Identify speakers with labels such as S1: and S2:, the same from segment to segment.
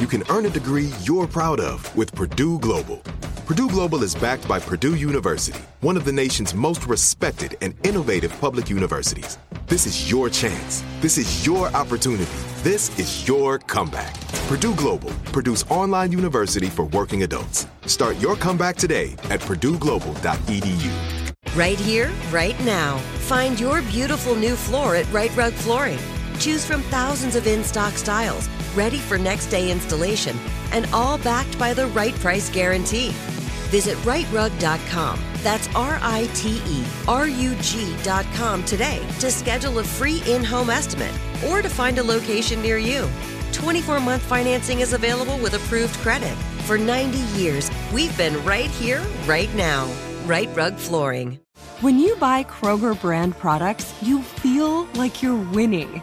S1: You can earn a degree you're proud of with Purdue Global. Purdue Global is backed by Purdue University, one of the nation's most respected and innovative public universities. This is your chance. This is your opportunity. This is your comeback. Purdue Global, Purdue's online university for working adults. Start your comeback today at E purdueglobal.edu.
S2: Right here, right now. Find your beautiful new floor at Right Rug Flooring. Choose from thousands of in stock styles, ready for next day installation, and all backed by the right price guarantee. Visit rightrug.com. That's R I T E R U G.com today to schedule a free in home estimate or to find a location near you. 24 month financing is available with approved credit. For 90 years, we've been right here, right now. Right Rug Flooring.
S3: When you buy Kroger brand products, you feel like you're winning.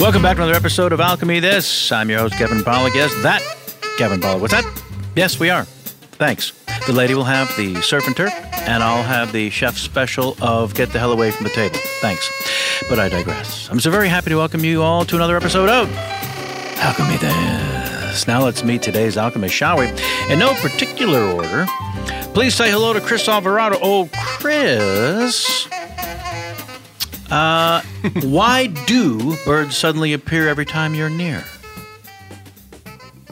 S4: Welcome back to another episode of Alchemy This. I'm your host, Kevin Pollock. Yes, that Kevin Pollock. What's that? Yes, we are. Thanks. The lady will have the surf and turf, and I'll have the chef special of Get the Hell Away from the Table. Thanks. But I digress. I'm so very happy to welcome you all to another episode of Alchemy This. Now let's meet today's alchemist, shall we? In no particular order, please say hello to Chris Alvarado. Oh, Chris. Uh, why do birds suddenly appear every time you're near?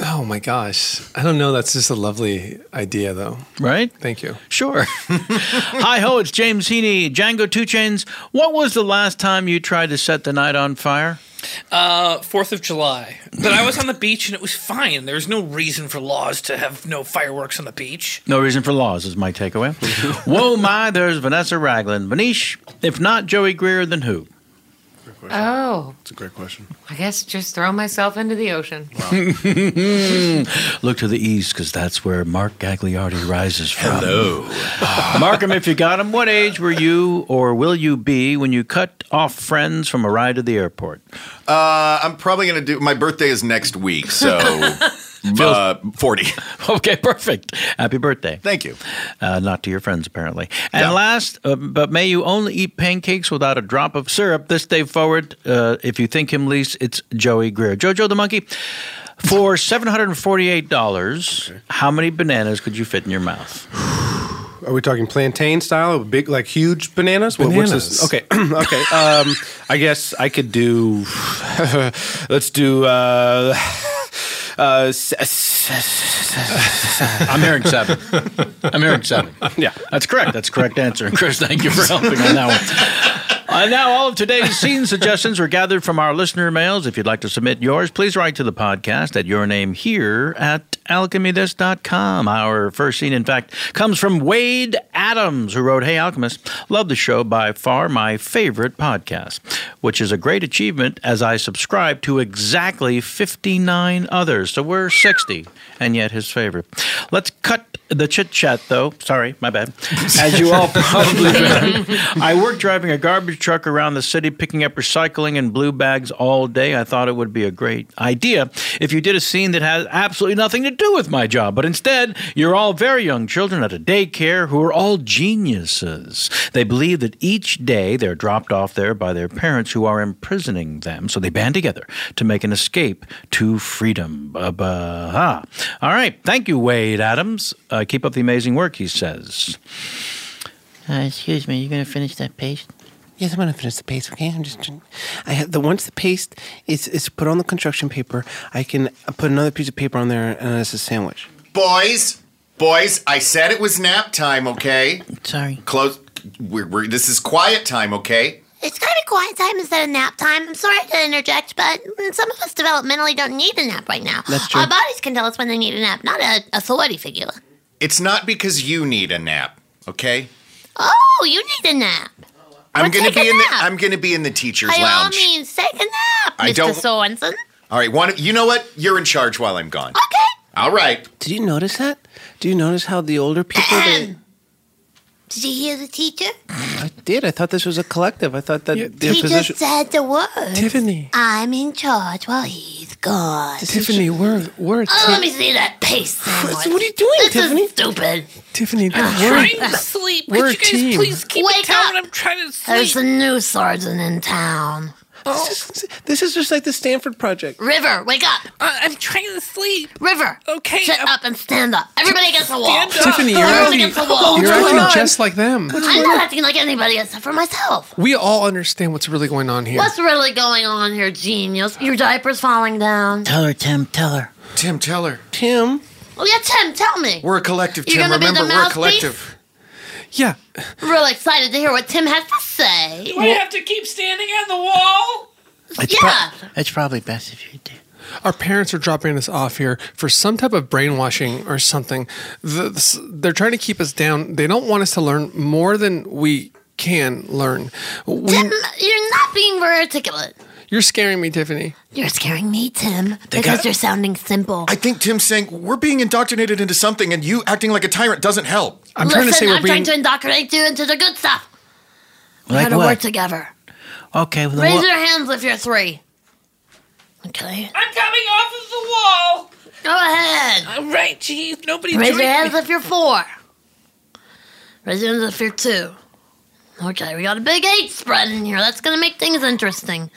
S5: Oh my gosh. I don't know. That's just a lovely idea, though.
S4: Right?
S5: Thank you.
S4: Sure. Hi ho, it's James Heaney, Django Two Chains. What was the last time you tried to set the night on fire?
S6: Uh, Fourth of July. But I was on the beach and it was fine. There was no reason for laws to have no fireworks on the beach.
S4: No reason for laws is my takeaway. Whoa, my, there's Vanessa Ragland. Vanish, if not Joey Greer, then who?
S7: Oh,
S8: It's a great question.
S7: I guess just throw myself into the ocean.
S4: Look to the east because that's where Mark Gagliardi rises from. Hello. Mark him if you got him. What age were you or will you be when you cut off friends from a ride to the airport?
S8: Uh, I'm probably gonna do. My birthday is next week, so uh, forty.
S4: Okay, perfect. Happy birthday.
S8: Thank you.
S4: Uh, not to your friends, apparently. And last, uh, but may you only eat pancakes without a drop of syrup this day forward. Uh, if you think him least, it's Joey Greer. Jojo the monkey, for $748, how many bananas could you fit in your mouth?
S9: Are we talking plantain style? Oh, Big, like huge bananas? What-
S5: Bananas.
S9: Okay, okay. Um, I guess I could do. let's do. Uh, Uh, s- s- s- s-
S4: I'm hearing seven. I'm hearing seven.
S9: Yeah,
S4: that's correct. That's the correct answer. And Chris, thank you for helping on that one. Uh, now, all of today's scene suggestions were gathered from our listener mails. If you'd like to submit yours, please write to the podcast at your name here at alchemythis.com. Our first scene, in fact, comes from Wade Adams, who wrote, Hey, Alchemist, love the show, by far my favorite podcast, which is a great achievement as I subscribe to exactly 59 others. So we're 60, and yet his favorite. Let's cut the chit chat, though. Sorry, my bad. As you all probably know, I work driving a garbage truck around the city, picking up recycling and blue bags all day. I thought it would be a great idea if you did a scene that has absolutely nothing to do with my job, but instead, you're all very young children at a daycare who are all geniuses. They believe that each day they're dropped off there by their parents who are imprisoning them, so they band together to make an escape to freedom. Ba-ba-ha. All right. Thank you, Wade Adams. Uh, keep up the amazing work, he says.
S9: Uh, excuse me, you gonna finish that paste? Yes, I'm gonna finish the paste. Okay, I'm just. I have the once the paste is is put on the construction paper, I can put another piece of paper on there, and it's a sandwich.
S8: Boys, boys, I said it was nap time, okay?
S9: Sorry.
S8: Close. We're, we're, this is quiet time, okay?
S10: It's kind of quiet time instead of nap time. I'm sorry to interject, but some of us developmentally don't need a nap right now.
S8: That's true.
S10: Our bodies can tell us when they need a nap, not a authority figure.
S8: It's not because you need a nap, okay?
S10: Oh, you need a nap.
S8: I'm
S10: Well,
S8: gonna
S10: take a
S8: be in the
S10: nap.
S8: I'm gonna be in the teacher's
S10: By all
S8: lounge.
S10: means, take a nap,
S8: I
S10: Mr.
S8: don't-
S10: Sorensen.
S8: All right, one. You know what? You're in charge while I'm gone. Okay. All right.
S9: Did you notice that? Do you notice how the older people? They,
S10: Did you hear the teacher?
S9: I did. I thought this was a collective. I thought that their
S10: he
S9: position.
S10: just said the word.
S9: Tiffany.
S10: I'm in charge while he's gone.
S9: Tiffany, we're we're.
S10: Oh, let me see that paste. sandwich.
S9: What are you doing,
S10: this
S9: Tiffany?
S10: Is stupid.
S9: Tiffany,
S6: I'm trying to sleep. Could
S10: We're a
S6: you guys
S10: team.
S6: please keep
S10: Wake
S6: it down?
S10: up.
S6: I'm trying to sleep.
S10: There's a new sergeant in town.
S9: This, is, this is just like the Stanford Project.
S10: River, wake up.
S6: I'm trying to sleep.
S10: River.
S6: Okay. uh,
S10: Shut up and stand up. Everybody against the wall.
S6: Stand up. Tiffany,
S5: you're
S10: Everyone
S5: acting-
S10: against the wall.
S5: You're
S10: What's
S5: acting
S10: going on?
S5: just like them.
S10: I'm not acting like anybody except for myself.
S5: We all understand what's really going on here.
S10: What's really going on here, genius? Your diaper's falling down.
S9: Tell her, Tim. Tell her.
S8: Tim, tell her.
S9: Tim.
S10: Oh yeah, Tim, tell me.
S8: We're a collective,
S10: You're
S8: Tim.
S10: gonna be the
S8: Remember, we're a
S10: mouthpiece?
S8: collective.
S9: Yeah.
S10: Really excited to hear what Tim has to say.
S6: Do I have to keep standing on the wall?
S9: It's
S10: yeah.
S9: It's probably best if you.
S5: Our parents are dropping us off here for some type of brainwashing or something. The, s- they're trying to keep us down. They don't want us to learn more than we can learn. We-
S10: Tim, you're not being very articulate.
S5: you're scaring me, Tiffany.
S10: You're scaring me, Tim,
S8: They
S10: because
S8: got-
S10: you're sounding simple.
S8: I think Tim's saying we're being indoctrinated into something, and you acting like a tyrant doesn't help.
S10: Listen, I'm trying to indoctrinate you into the good stuff. We
S9: Like
S10: gotta
S9: what?
S10: work together.
S9: Okay. Well,
S10: Raise
S9: what-
S10: your hands if you're three. Okay.
S6: I'm coming off of the wall.
S10: Go ahead.
S6: All right, geez, nobody.
S10: Raise
S6: joined
S10: your hands
S6: me.
S10: if you're four. Raise your hands if you're two. Okay, we got a big eight spread in here. That's gonna make things interesting.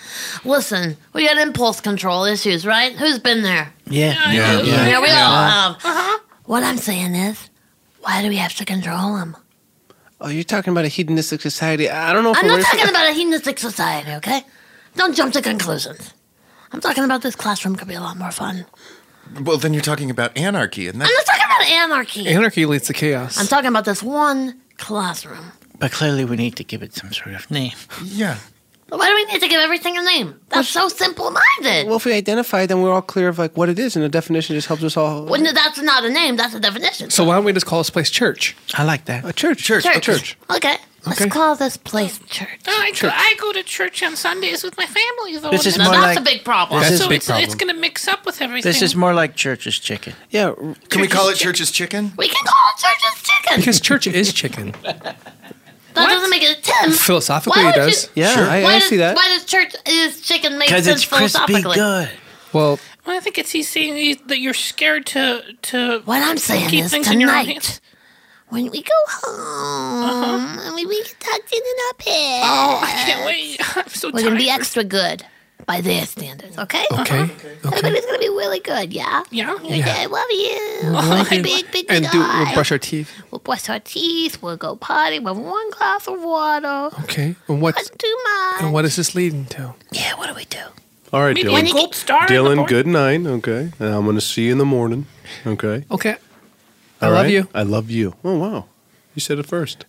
S10: Listen, we got impulse control issues, right? Who's been there?
S9: Yeah.
S10: Yeah, we all
S9: Yeah.
S10: have. What I'm saying is, why do we have to control them?
S9: Oh, you're talking about a hedonistic society. I don't know if
S10: I'm
S9: we're
S10: not
S9: ready for-
S10: talking about a hedonistic society, okay? Don't jump to conclusions. I'm talking about this classroom could be a lot more fun.
S8: Well, then you're talking about anarchy, and that
S10: I'm not talking about anarchy.
S5: Anarchy leads to chaos.
S10: I'm talking about this one classroom.
S9: But clearly, we need to give it some sort of name.
S8: Yeah.
S10: But why do we need to give everything a name? That's so simple-minded.
S9: Well, if we identify, then we're all clear of like what it is, and the definition just helps us all.
S10: Well, no, that's not a name. That's a definition.
S5: So why don't we just call this place church?
S9: I like that.
S5: A church.
S10: Church.
S5: A church.
S10: Okay. Let's call this place church.
S6: No, I go,
S5: Church.
S6: I go to church on Sundays with my family, though.
S9: This
S6: and
S9: is
S6: then
S9: more
S6: that's
S9: like-
S6: a big problem.
S9: This is
S6: so
S9: a big
S6: it's,
S9: problem.
S6: it's going to mix up with everything.
S9: This is more like church's chicken. Yeah. Can
S8: Can we call it Church's Chicken?
S10: We can call it church's chicken.
S5: Because church is chicken.
S10: That doesn't make it a Tim.
S5: Philosophically,
S10: Why
S5: it
S10: would
S5: does.
S10: you-
S5: Yeah, Sure. I-
S10: why
S5: I
S10: does,
S5: see that.
S10: Why does church um, is chicken make sense philosophically?
S5: Well,
S6: Well, I think it's he's saying he- that you're scared to to.
S10: What I'm saying
S6: keep
S10: is
S6: things in your own
S10: tonight,
S6: hands. Uh-huh.
S10: When we go home
S5: Uh-huh.
S10: and we, we get tucked in in our bed. Oh, I can't
S6: wait. I'm so
S10: We're gonna be extra good by their standards, okay? Uh-huh.
S5: Okay.
S10: Everybody's gonna be really good, yeah?
S6: Yeah.
S10: Okay, I love you.
S5: Love you.
S10: Oh, Big, big
S5: and do we'll
S10: guy.
S5: brush our teeth.
S10: We'll brush our teeth. We'll go potty with one glass of water.
S5: Okay. And what's
S10: Not too much.
S5: and what is this leading to?
S10: Yeah, what do we do?
S11: All right,
S6: Maybe
S11: Dylan.
S6: a gold star in the
S11: Dylan,
S6: morning.
S11: good night. Okay. And I'm going to see you in the morning. Okay.
S12: Okay. I
S11: All
S12: love
S11: right?
S12: you.
S11: I love you. Oh, wow. You said it first.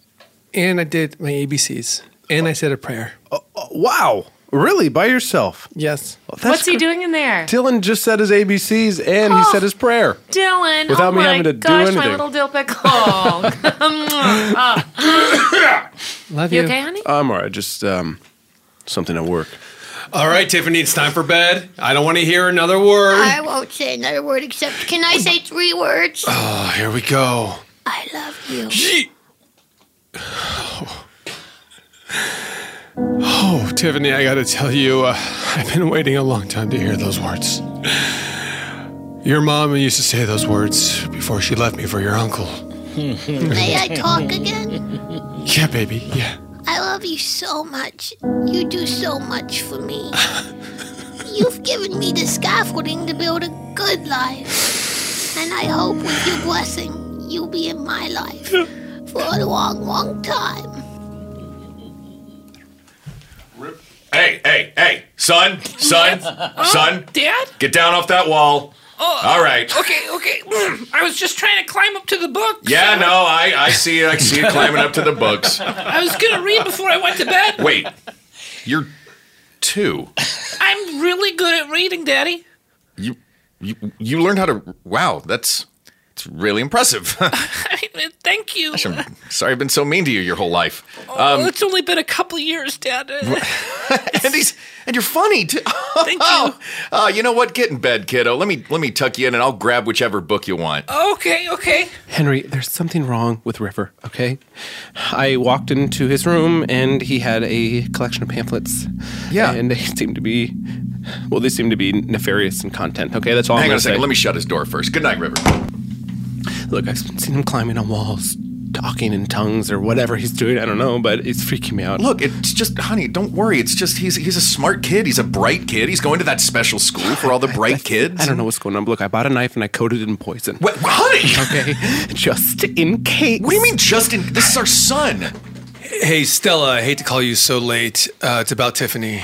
S12: And I did my ABCs. And I said a prayer.
S11: Uh, wow. Really? By yourself?
S12: Yes.
S7: What's he doing in there?
S11: Dylan just said his ABCs and he
S7: Oh.
S11: said his prayer.
S7: Dylan,
S11: Without
S7: oh
S11: me
S7: my
S11: having to do
S7: gosh, my
S11: anything.
S7: little dill pickle. Oh.
S11: Love
S7: You you. okay, honey?
S11: I'm all right. Just um, something at work.
S5: All right, Tiffany, it's time for bed. I don't want to hear another word.
S10: I won't say another word except can I say three words?
S5: Oh, here we go.
S10: I love you.
S5: Oh, Tiffany, I gotta tell you, uh, I've been waiting a long time to hear those words. Your mom used to say those words before she left me for your uncle.
S10: May I talk again?
S5: Yeah, baby. Yeah.
S10: I love you so much. You do so much for me. You've given me the scaffolding to build a good life. And I hope with your blessing, you'll be in my life for a long, long time.
S8: Hey, hey, hey, son, son, son,
S6: Oh, Dad?
S8: get down off that wall.
S6: Oh,
S8: All right.
S6: Okay, okay. I was just trying to climb up to the book.
S8: Yeah, no, I, I see it. I see it climbing up to the books.
S6: I was gonna read before I went to bed.
S8: Wait, you're two.
S6: I'm really good at reading, Daddy.
S8: You, you, you learned how to. Wow, that's it's really impressive.
S6: Thank you.
S8: Gosh, I'm sorry I've been so mean to you your whole life.
S6: Oh,
S8: Um,
S6: it's only been a couple years, Dad.
S8: and he's and you're funny too.
S6: Thank you.
S8: uh, you know what? Get in bed, kiddo. Let me let me tuck you in, and I'll grab whichever book you want.
S6: Okay, okay.
S9: Henry, there's something wrong with River, okay? I walked into his room and he had a collection of pamphlets. Yeah. And they seemed to be, well, they seemed to be nefarious in content, okay? That's all
S8: Hang on
S9: I'm
S8: a
S9: gonna
S8: second.
S9: say.
S8: Let me shut his door first. Good night, River.
S9: Look, I've seen him climbing on walls, talking in tongues or whatever he's doing. I don't know, but it's freaking me out.
S8: Look, it's just, honey, don't worry. It's just he's he's a smart kid. He's a bright kid. He's going to that special school for all the bright kids.
S9: I don't know what's going on. Look, I bought a knife and I coated it in poison.
S8: What, honey?
S9: Okay, just in case. What do
S8: you mean, just in? This is our son.
S5: Hey, Stella, I hate to call you so late. Uh, it's about Tiffany.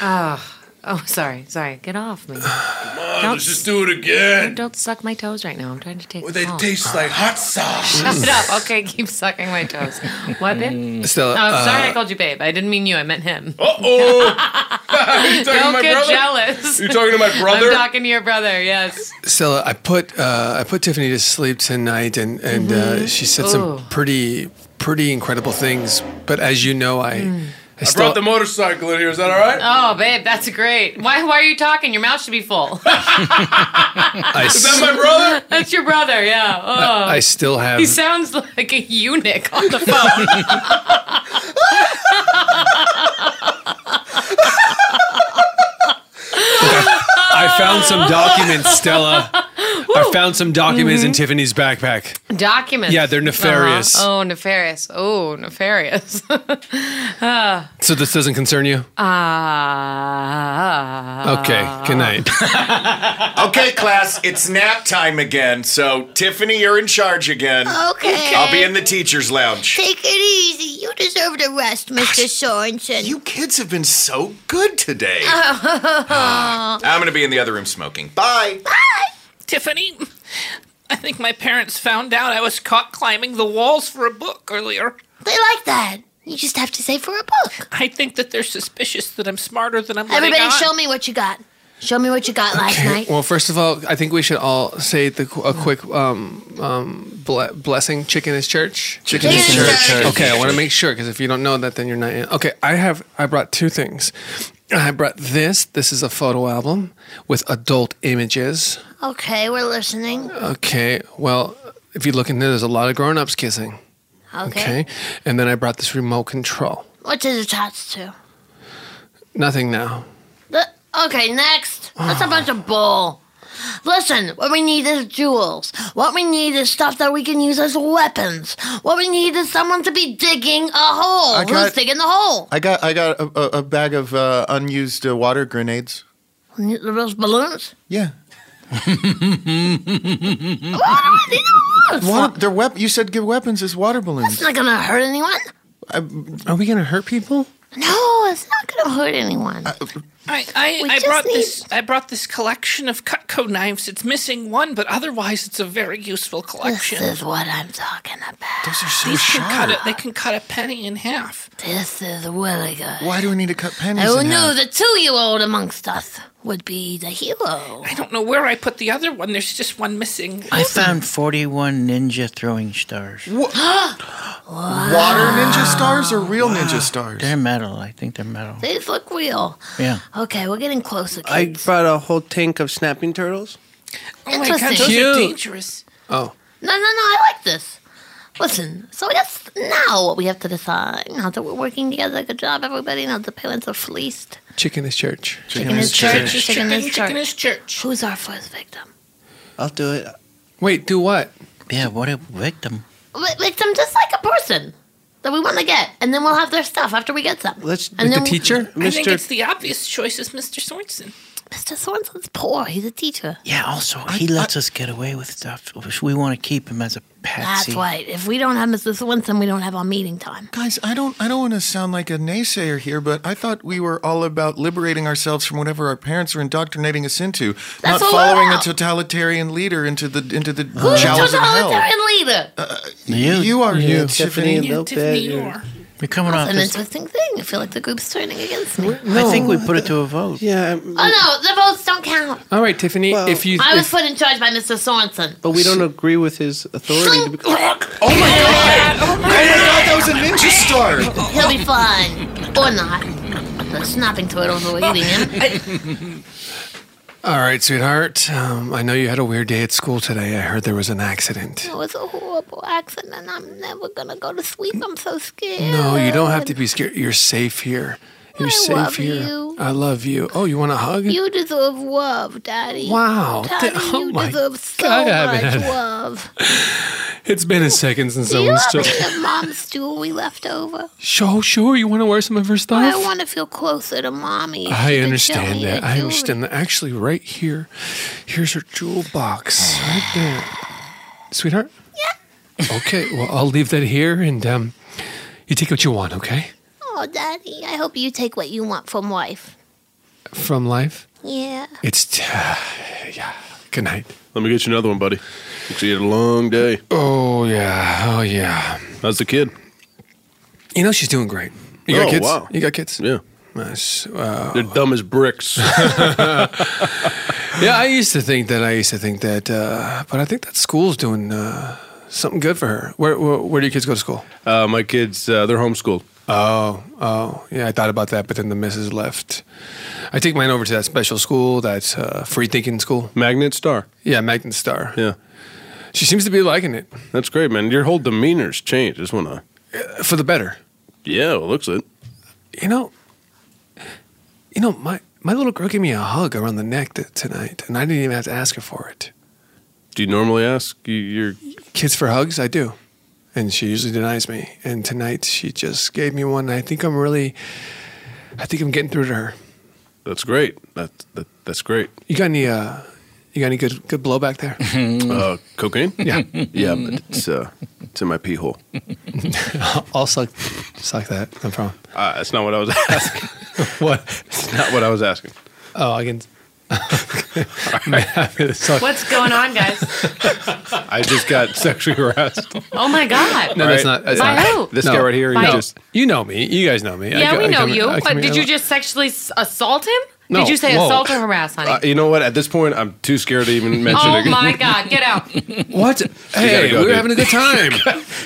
S7: oh, oh, sorry, sorry. Get off me.
S13: let's just do it again.
S7: Don't suck my toes right now. I'm trying to take.
S13: Well,
S7: them
S13: they
S7: off.
S13: taste like hot sauce.
S7: Shut up. Okay, keep sucking my toes. What, babe?
S11: Mm.
S5: Stella,
S7: Oh, I'm sorry
S5: uh,
S7: I called you babe. I didn't mean you. I meant him.
S5: Uh-oh.
S13: You talking to
S7: Don't
S13: my
S7: get
S13: brother?
S7: jealous.
S13: You talking to my brother?
S7: I'm talking to your brother, yes.
S5: Stella, I put uh, I put Tiffany to sleep tonight, and and uh,
S7: Mhm.
S5: she said
S7: Ooh.
S5: some pretty pretty incredible things. But as you know, I I,
S13: I
S5: still
S13: brought the motorcycle in here. Is that all right?
S7: Oh, babe, that's great. Why, why are you talking? Your mouth should be full.
S5: I,
S13: Is that my brother?
S7: that's your brother, yeah. Oh.
S5: I still have.
S7: he sounds like a eunuch on the phone.
S5: I found some documents, Stella. I found some documents in
S10: Mm-hmm.
S7: Mhm.
S5: Tiffany's backpack.
S7: Documents.
S5: Yeah, they're nefarious.
S7: Uh-huh. Oh, nefarious. Oh, nefarious. Uh, Ah.
S5: So this doesn't concern you?
S7: Ah.
S5: Okay.
S10: Uh,
S5: Good night.
S8: okay, class, it's nap time again. So Tiffany, you're in charge again.
S10: Okay.
S8: I'll be in the teacher's lounge.
S10: Take it easy. You deserve the rest, Mr. Sorensen.
S8: You kids have been so good today.
S10: Oh.
S8: I'm gonna be in the other room smoking. Bye.
S6: Tiffany, I think my parents found out I was caught climbing the walls for a book earlier.
S10: They like that. You just have to say for a book.
S6: I think that they're suspicious that I'm smarter than I'm. letting
S10: Everybody,
S6: on.
S10: show me what you got. Show me what you got last night. Mm.
S5: Well, first of all, I think we should all say the, a quick um, um, ble- blessing. Chicken is church.
S10: Chicken is Chicken is church. church.
S5: Okay, I want to make sure because if you don't know that, then you're not in. Okay, I have. I brought two things. I brought this. This is a photo album with adult images.
S10: Okay, we're listening.
S5: Okay, well, if you look in there, there's a lot of grown-ups kissing.
S10: Okay.
S5: Okay, and then I brought this remote control.
S10: What's it attached to?
S5: Nothing now.
S10: The- okay, next. That's a bunch of bull. Listen, what we need is jewels. What we need is stuff that we can use as weapons. What we need is someone to be digging a hole.
S8: I
S10: Who's
S8: got-
S10: digging the hole?
S8: I got I got a, a, a bag of uh, unused uh, water grenades.
S10: Those balloons?
S8: Yeah. Mm.
S10: Oh, What?
S8: Their wep- You said give weapons as water balloons.
S10: It's not gonna hurt anyone.
S8: I-
S5: Are we gonna hurt people?
S10: No, it's not going to hurt anyone.
S6: I, I,
S10: We
S6: I
S10: just
S6: brought
S10: need-
S6: this. I brought this collection of Cutco knives. It's missing one, but otherwise, it's a very useful collection.
S10: This is what I'm talking about.
S8: Those are
S6: These can cut a, they can cut a penny in half.
S10: This is really good.
S8: Why do we need to cut pennies?
S10: Oh
S8: in
S10: no,
S8: half?
S10: the two-year-old amongst us would be the hero.
S6: I don't know where I put the other one. There's just one missing.
S4: I found 41 ninja throwing stars.
S8: Water ninja stars or real ninja stars?
S4: They're metal. I think they're metal.
S10: These look real.
S4: Yeah.
S10: Okay, we're getting closer.
S9: I brought a whole tank of snapping turtles.
S10: Oh my God,
S9: those are Cute. dangerous. Oh.
S10: No, no, no, I like this. Listen, so I guess now what we have to decide, now that we're working together, good job, everybody, now the parents are fleeced.
S5: Chicken is church.
S10: Chicken, is church, chicken, is church.
S6: Chicken is church.
S10: Who's our first victim?
S9: I'll do it.
S5: Wait, do what?
S4: Yeah, what a victim.
S10: Vi- Victim, just like a person that we want to get, and then we'll have their stuff after we get them.
S9: Let's
S10: and then
S6: I think it's the obvious choice is Mr. Sorensen.
S10: Mr. Sorensen's poor. He's a teacher.
S4: Yeah, also, he lets us get away with stuff. We want to keep him as a
S10: That's
S4: patsy.
S10: right. If we don't have Mr. Sorensen, we don't have our meeting time.
S8: Guys, I don't I don't want to sound like a naysayer here, but I thought we were all about liberating ourselves from whatever our parents were indoctrinating us into,
S10: That's
S8: not
S10: what we're
S8: following a
S10: about.
S8: totalitarian leader into the into the
S10: Who's the
S8: jowls of hell.
S10: totalitarian leader?
S8: You, are
S9: you,
S8: you, Tiffany.
S9: Tiffany, Yeah, Lopez, Tiffany, you
S10: are.
S4: We're coming
S10: That's
S4: off
S10: an
S4: this.
S10: interesting thing. I feel like the group's turning against me.
S4: I think we put it to a vote.
S9: Yeah.
S10: Oh
S9: um,
S10: no, the votes don't count.
S5: All right, Tiffany. if you,
S10: I was
S5: if-
S10: put in charge by Mr. Sorensen.
S9: But we don't agree with his authority. To Oh be- Oh
S8: I thought that was a ninja star.
S10: He'll be fine. Or not. The snapping turtles are eating him.
S5: all right, sweetheart. Um, I know you had a weird day at school today. I heard there was an accident.
S10: It was a horrible accident. and I'm never gonna go to sleep. I'm so scared.
S5: No, you don't have to be scared. You're safe here. You're safe
S10: love
S5: here.
S10: you.
S5: I love you. Oh, you want a hug?
S10: You deserve love, Daddy.
S5: Wow.
S10: Daddy,
S5: Th- oh
S10: you
S5: my
S10: deserve so
S5: God, I haven't
S10: much
S5: had a-
S10: love.
S5: It's been a second since
S10: Do you
S5: someone's
S10: have
S5: told.
S10: any of Mom's stool we left over?
S5: Sure, sure. You want to wear some of her stuff?
S10: I want to feel closer to Mommy. She
S5: I
S10: could show
S5: understand
S10: me
S5: that.
S10: the
S5: I
S10: jewelry.
S5: understand that. Actually, right here, here's her jewel box, right there, sweetheart. Yeah. Okay. Well, I'll leave that here, and um, you take what you want. Okay.
S10: Oh, Daddy, I hope you take what you want from life.
S5: From life,
S10: Yeah.
S5: it's t- yeah. Good night.
S11: Let me get you another one, buddy. Looks like you had a long day.
S5: Oh yeah. Oh yeah.
S11: How's the kid?
S5: You know she's doing great. You got
S11: Oh,
S5: kids?
S11: wow.
S5: You got kids?
S11: Yeah.
S5: Nice. Wow.
S11: They're dumb as bricks.
S5: Yeah, I used to think that. I used to think that, uh, but I think that school's doing uh, something good for her. Where, where where do your kids go to school?
S11: uh, my kids, uh, they're homeschooled.
S5: Oh, oh, yeah. I thought about that, but then the missus left. I take mine over to that special school, that uh, free thinking school.
S11: Magnet Star.
S5: Yeah, Magnet Star.
S11: Yeah.
S5: She seems to be liking it
S11: That's great, man. Your whole demeanor's changed. Just wanna.
S5: uh, for the better.
S11: Yeah, well, looks it.
S5: You know, you know, my my little girl gave me a hug around the neck t- tonight, and I didn't even have to ask her for it.
S11: Do you normally ask y- your
S5: Kids for hugs, I do. And she usually denies me. And tonight she just gave me one. and I think I'm really, I think I'm getting through to her.
S11: That's great. That, that that's great.
S5: You got any, uh, you got any good, good blowback there?
S11: Uh, cocaine?
S5: Mm. Yeah.
S11: yeah, but it's uh, it's in my pee hole.
S5: I'll suck, suck that. No problem.
S11: Uh, that's not what I was asking.
S5: What?
S11: It's not what I was asking.
S5: Oh, I can. Man, suck.
S7: uh, What's going on, guys?
S11: I just got sexually harassed. No,
S7: Oh my god.
S5: No, that's not. That's
S7: By
S5: not.
S7: who?
S11: This
S5: No.
S11: guy right here.
S7: By-
S11: He
S7: No.
S11: just
S5: You know me. You guys know me. I
S7: Yeah,
S5: co-
S7: we
S5: I
S7: know
S5: come-
S7: you.
S5: I come
S7: What,
S5: here
S7: did
S5: a
S7: you
S5: lot.
S7: just sexually s- assault him?
S11: No,
S7: Did you say
S11: whoa.
S7: assault or harass, honey?
S11: Uh, you know what? At this point, I'm too scared to even mention
S7: oh
S11: it.
S7: my god, get out.
S5: What? Hey,
S11: go,
S5: we were
S11: dude.
S5: having a good time.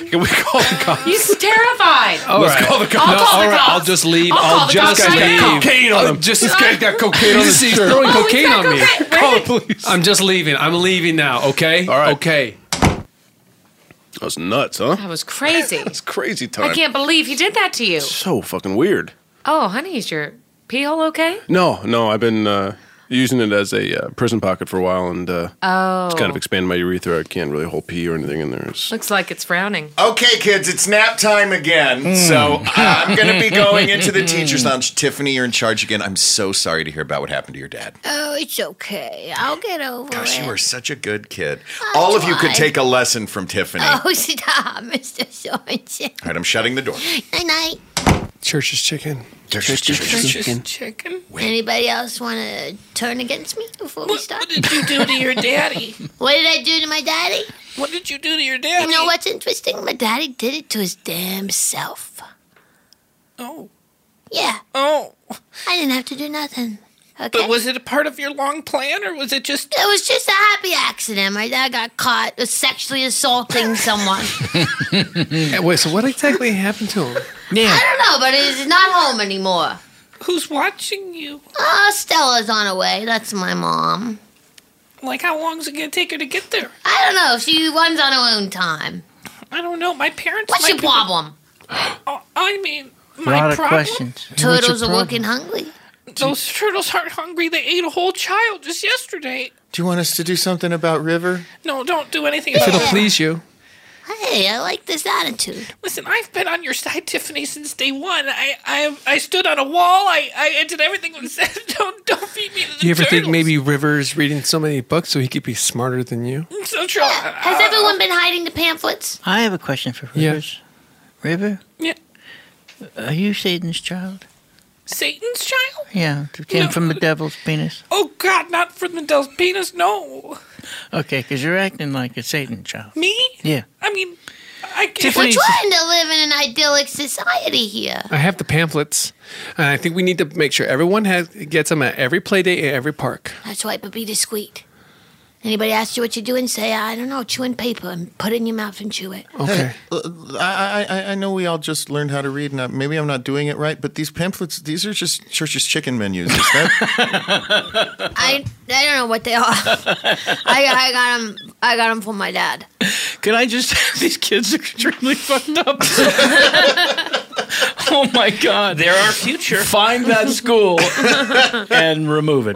S11: Can we call the cops?
S7: He's terrified.
S5: All
S11: Let's
S5: right.
S11: call the cops.
S7: I'll call the cops.
S5: I'll just leave.
S7: I'll
S5: I'll,
S7: call the
S5: just
S7: cops
S5: leave.
S7: right now.
S11: Cocaine on
S5: I'll
S11: him.
S5: just
S11: This guy got cocaine
S5: You
S11: on
S5: just
S11: his
S5: see he's
S11: shirt.
S5: throwing
S7: Oh, he's
S5: cocaine
S7: got
S5: on me.
S7: cocaine.
S11: Call the
S7: Wait.
S11: police.
S5: I'm just leaving. I'm leaving now. Okay.
S11: All right.
S5: Okay.
S11: That's nuts, huh?
S7: That was crazy.
S11: It's crazy time.
S7: I can't believe he did that to you.
S11: So fucking weird.
S7: Oh, honey, is your pee hole okay?
S11: No, no, I've been uh, using it as a uh, prison pocket for a while, and uh,
S7: Oh.
S11: it's kind of expanded my urethra. I can't really hold pee or anything in there. It's-
S7: Looks like it's frowning.
S8: Okay, kids, it's nap time again. So uh, I'm going to be going into the teacher's lounge. Tiffany, you're in charge again. I'm so sorry to hear about what happened to your dad.
S10: Oh, it's okay. I'll get over
S8: Gosh,
S10: it.
S8: you are such a good kid. All of you could
S10: tried.
S8: take a lesson from Tiffany.
S10: Oh, stop, Mr. Sorensen.
S8: All right, I'm shutting the door.
S10: Night night.
S5: Church's chicken.
S8: Church's
S10: chicken. Anybody else want to turn against me before we start? What
S6: did you do to your daddy?
S10: What did I do to my daddy?
S6: What did you do to your daddy?
S10: You know what's interesting? My daddy did it to his damn self.
S6: Oh.
S10: Yeah.
S6: Oh.
S10: I didn't have to do nothing. Okay.
S6: But was it a part of your long plan, or was it just?
S10: It was just a happy accident. My dad got caught sexually assaulting someone.
S5: Hey, wait, so what exactly happened to him?
S10: I don't know, but he's not home anymore.
S6: Who's watching you?
S10: Oh, Stella's on her way. That's my mom.
S6: Like, how long is it gonna take her to get there?
S10: I don't know. She runs on her own time.
S6: I don't know. My parents.
S10: What's
S6: might
S10: your
S6: be-
S10: problem?
S6: Oh, I mean,
S10: A
S6: my
S10: lot of
S6: problem.
S10: questions. What's your Turtles are problem? looking hungry.
S6: Those turtles aren't hungry. They ate a whole child just yesterday.
S8: Do you want us to do something about River?
S6: No, don't do anything.
S8: If
S6: about
S8: it'll
S6: that.
S8: please
S5: you.
S10: Hey, I like this attitude.
S6: Listen, I've been on your side, Tiffany, since day one. I, I, I stood on a wall. I, I I did everything that was said. Don't, don't feed me to
S5: Do
S6: the
S5: you ever
S6: turtles.
S5: think maybe Rivers reading so many books so he could be smarter than you?
S6: I'm so Uh, trying.
S10: Has everyone been hiding the pamphlets?
S4: I have a question for Rivers. River?
S6: Yeah.
S4: Are you Satan's child?
S6: Satan's child?
S4: Yeah, it came
S6: No.
S4: from the devil's penis.
S6: Oh God, not from the Dell's penis. No,
S4: Okay, because you're acting like a Satan child.
S6: me.
S4: Yeah.
S6: I mean, I can't.
S10: We're
S4: Tiffany's-
S10: trying to live in an idyllic society here.
S5: I have the pamphlets, and I think we need to make sure everyone has gets them at every play day at every park.
S10: That's right, but be discreet. Anybody asks you what you're doing, say, I don't know, chewing paper and put it in your mouth and chew it.
S8: Okay. I, I- I I know we all just learned how to read, and I, maybe I'm not doing it right. But these pamphlets, these are just church's chicken menus. Is that?
S10: I, I don't know what they are. I, I got them I got 'em from my dad.
S4: Can I just? These kids are extremely fucked up. oh my God.
S6: They're our future.
S4: Find that school and remove it.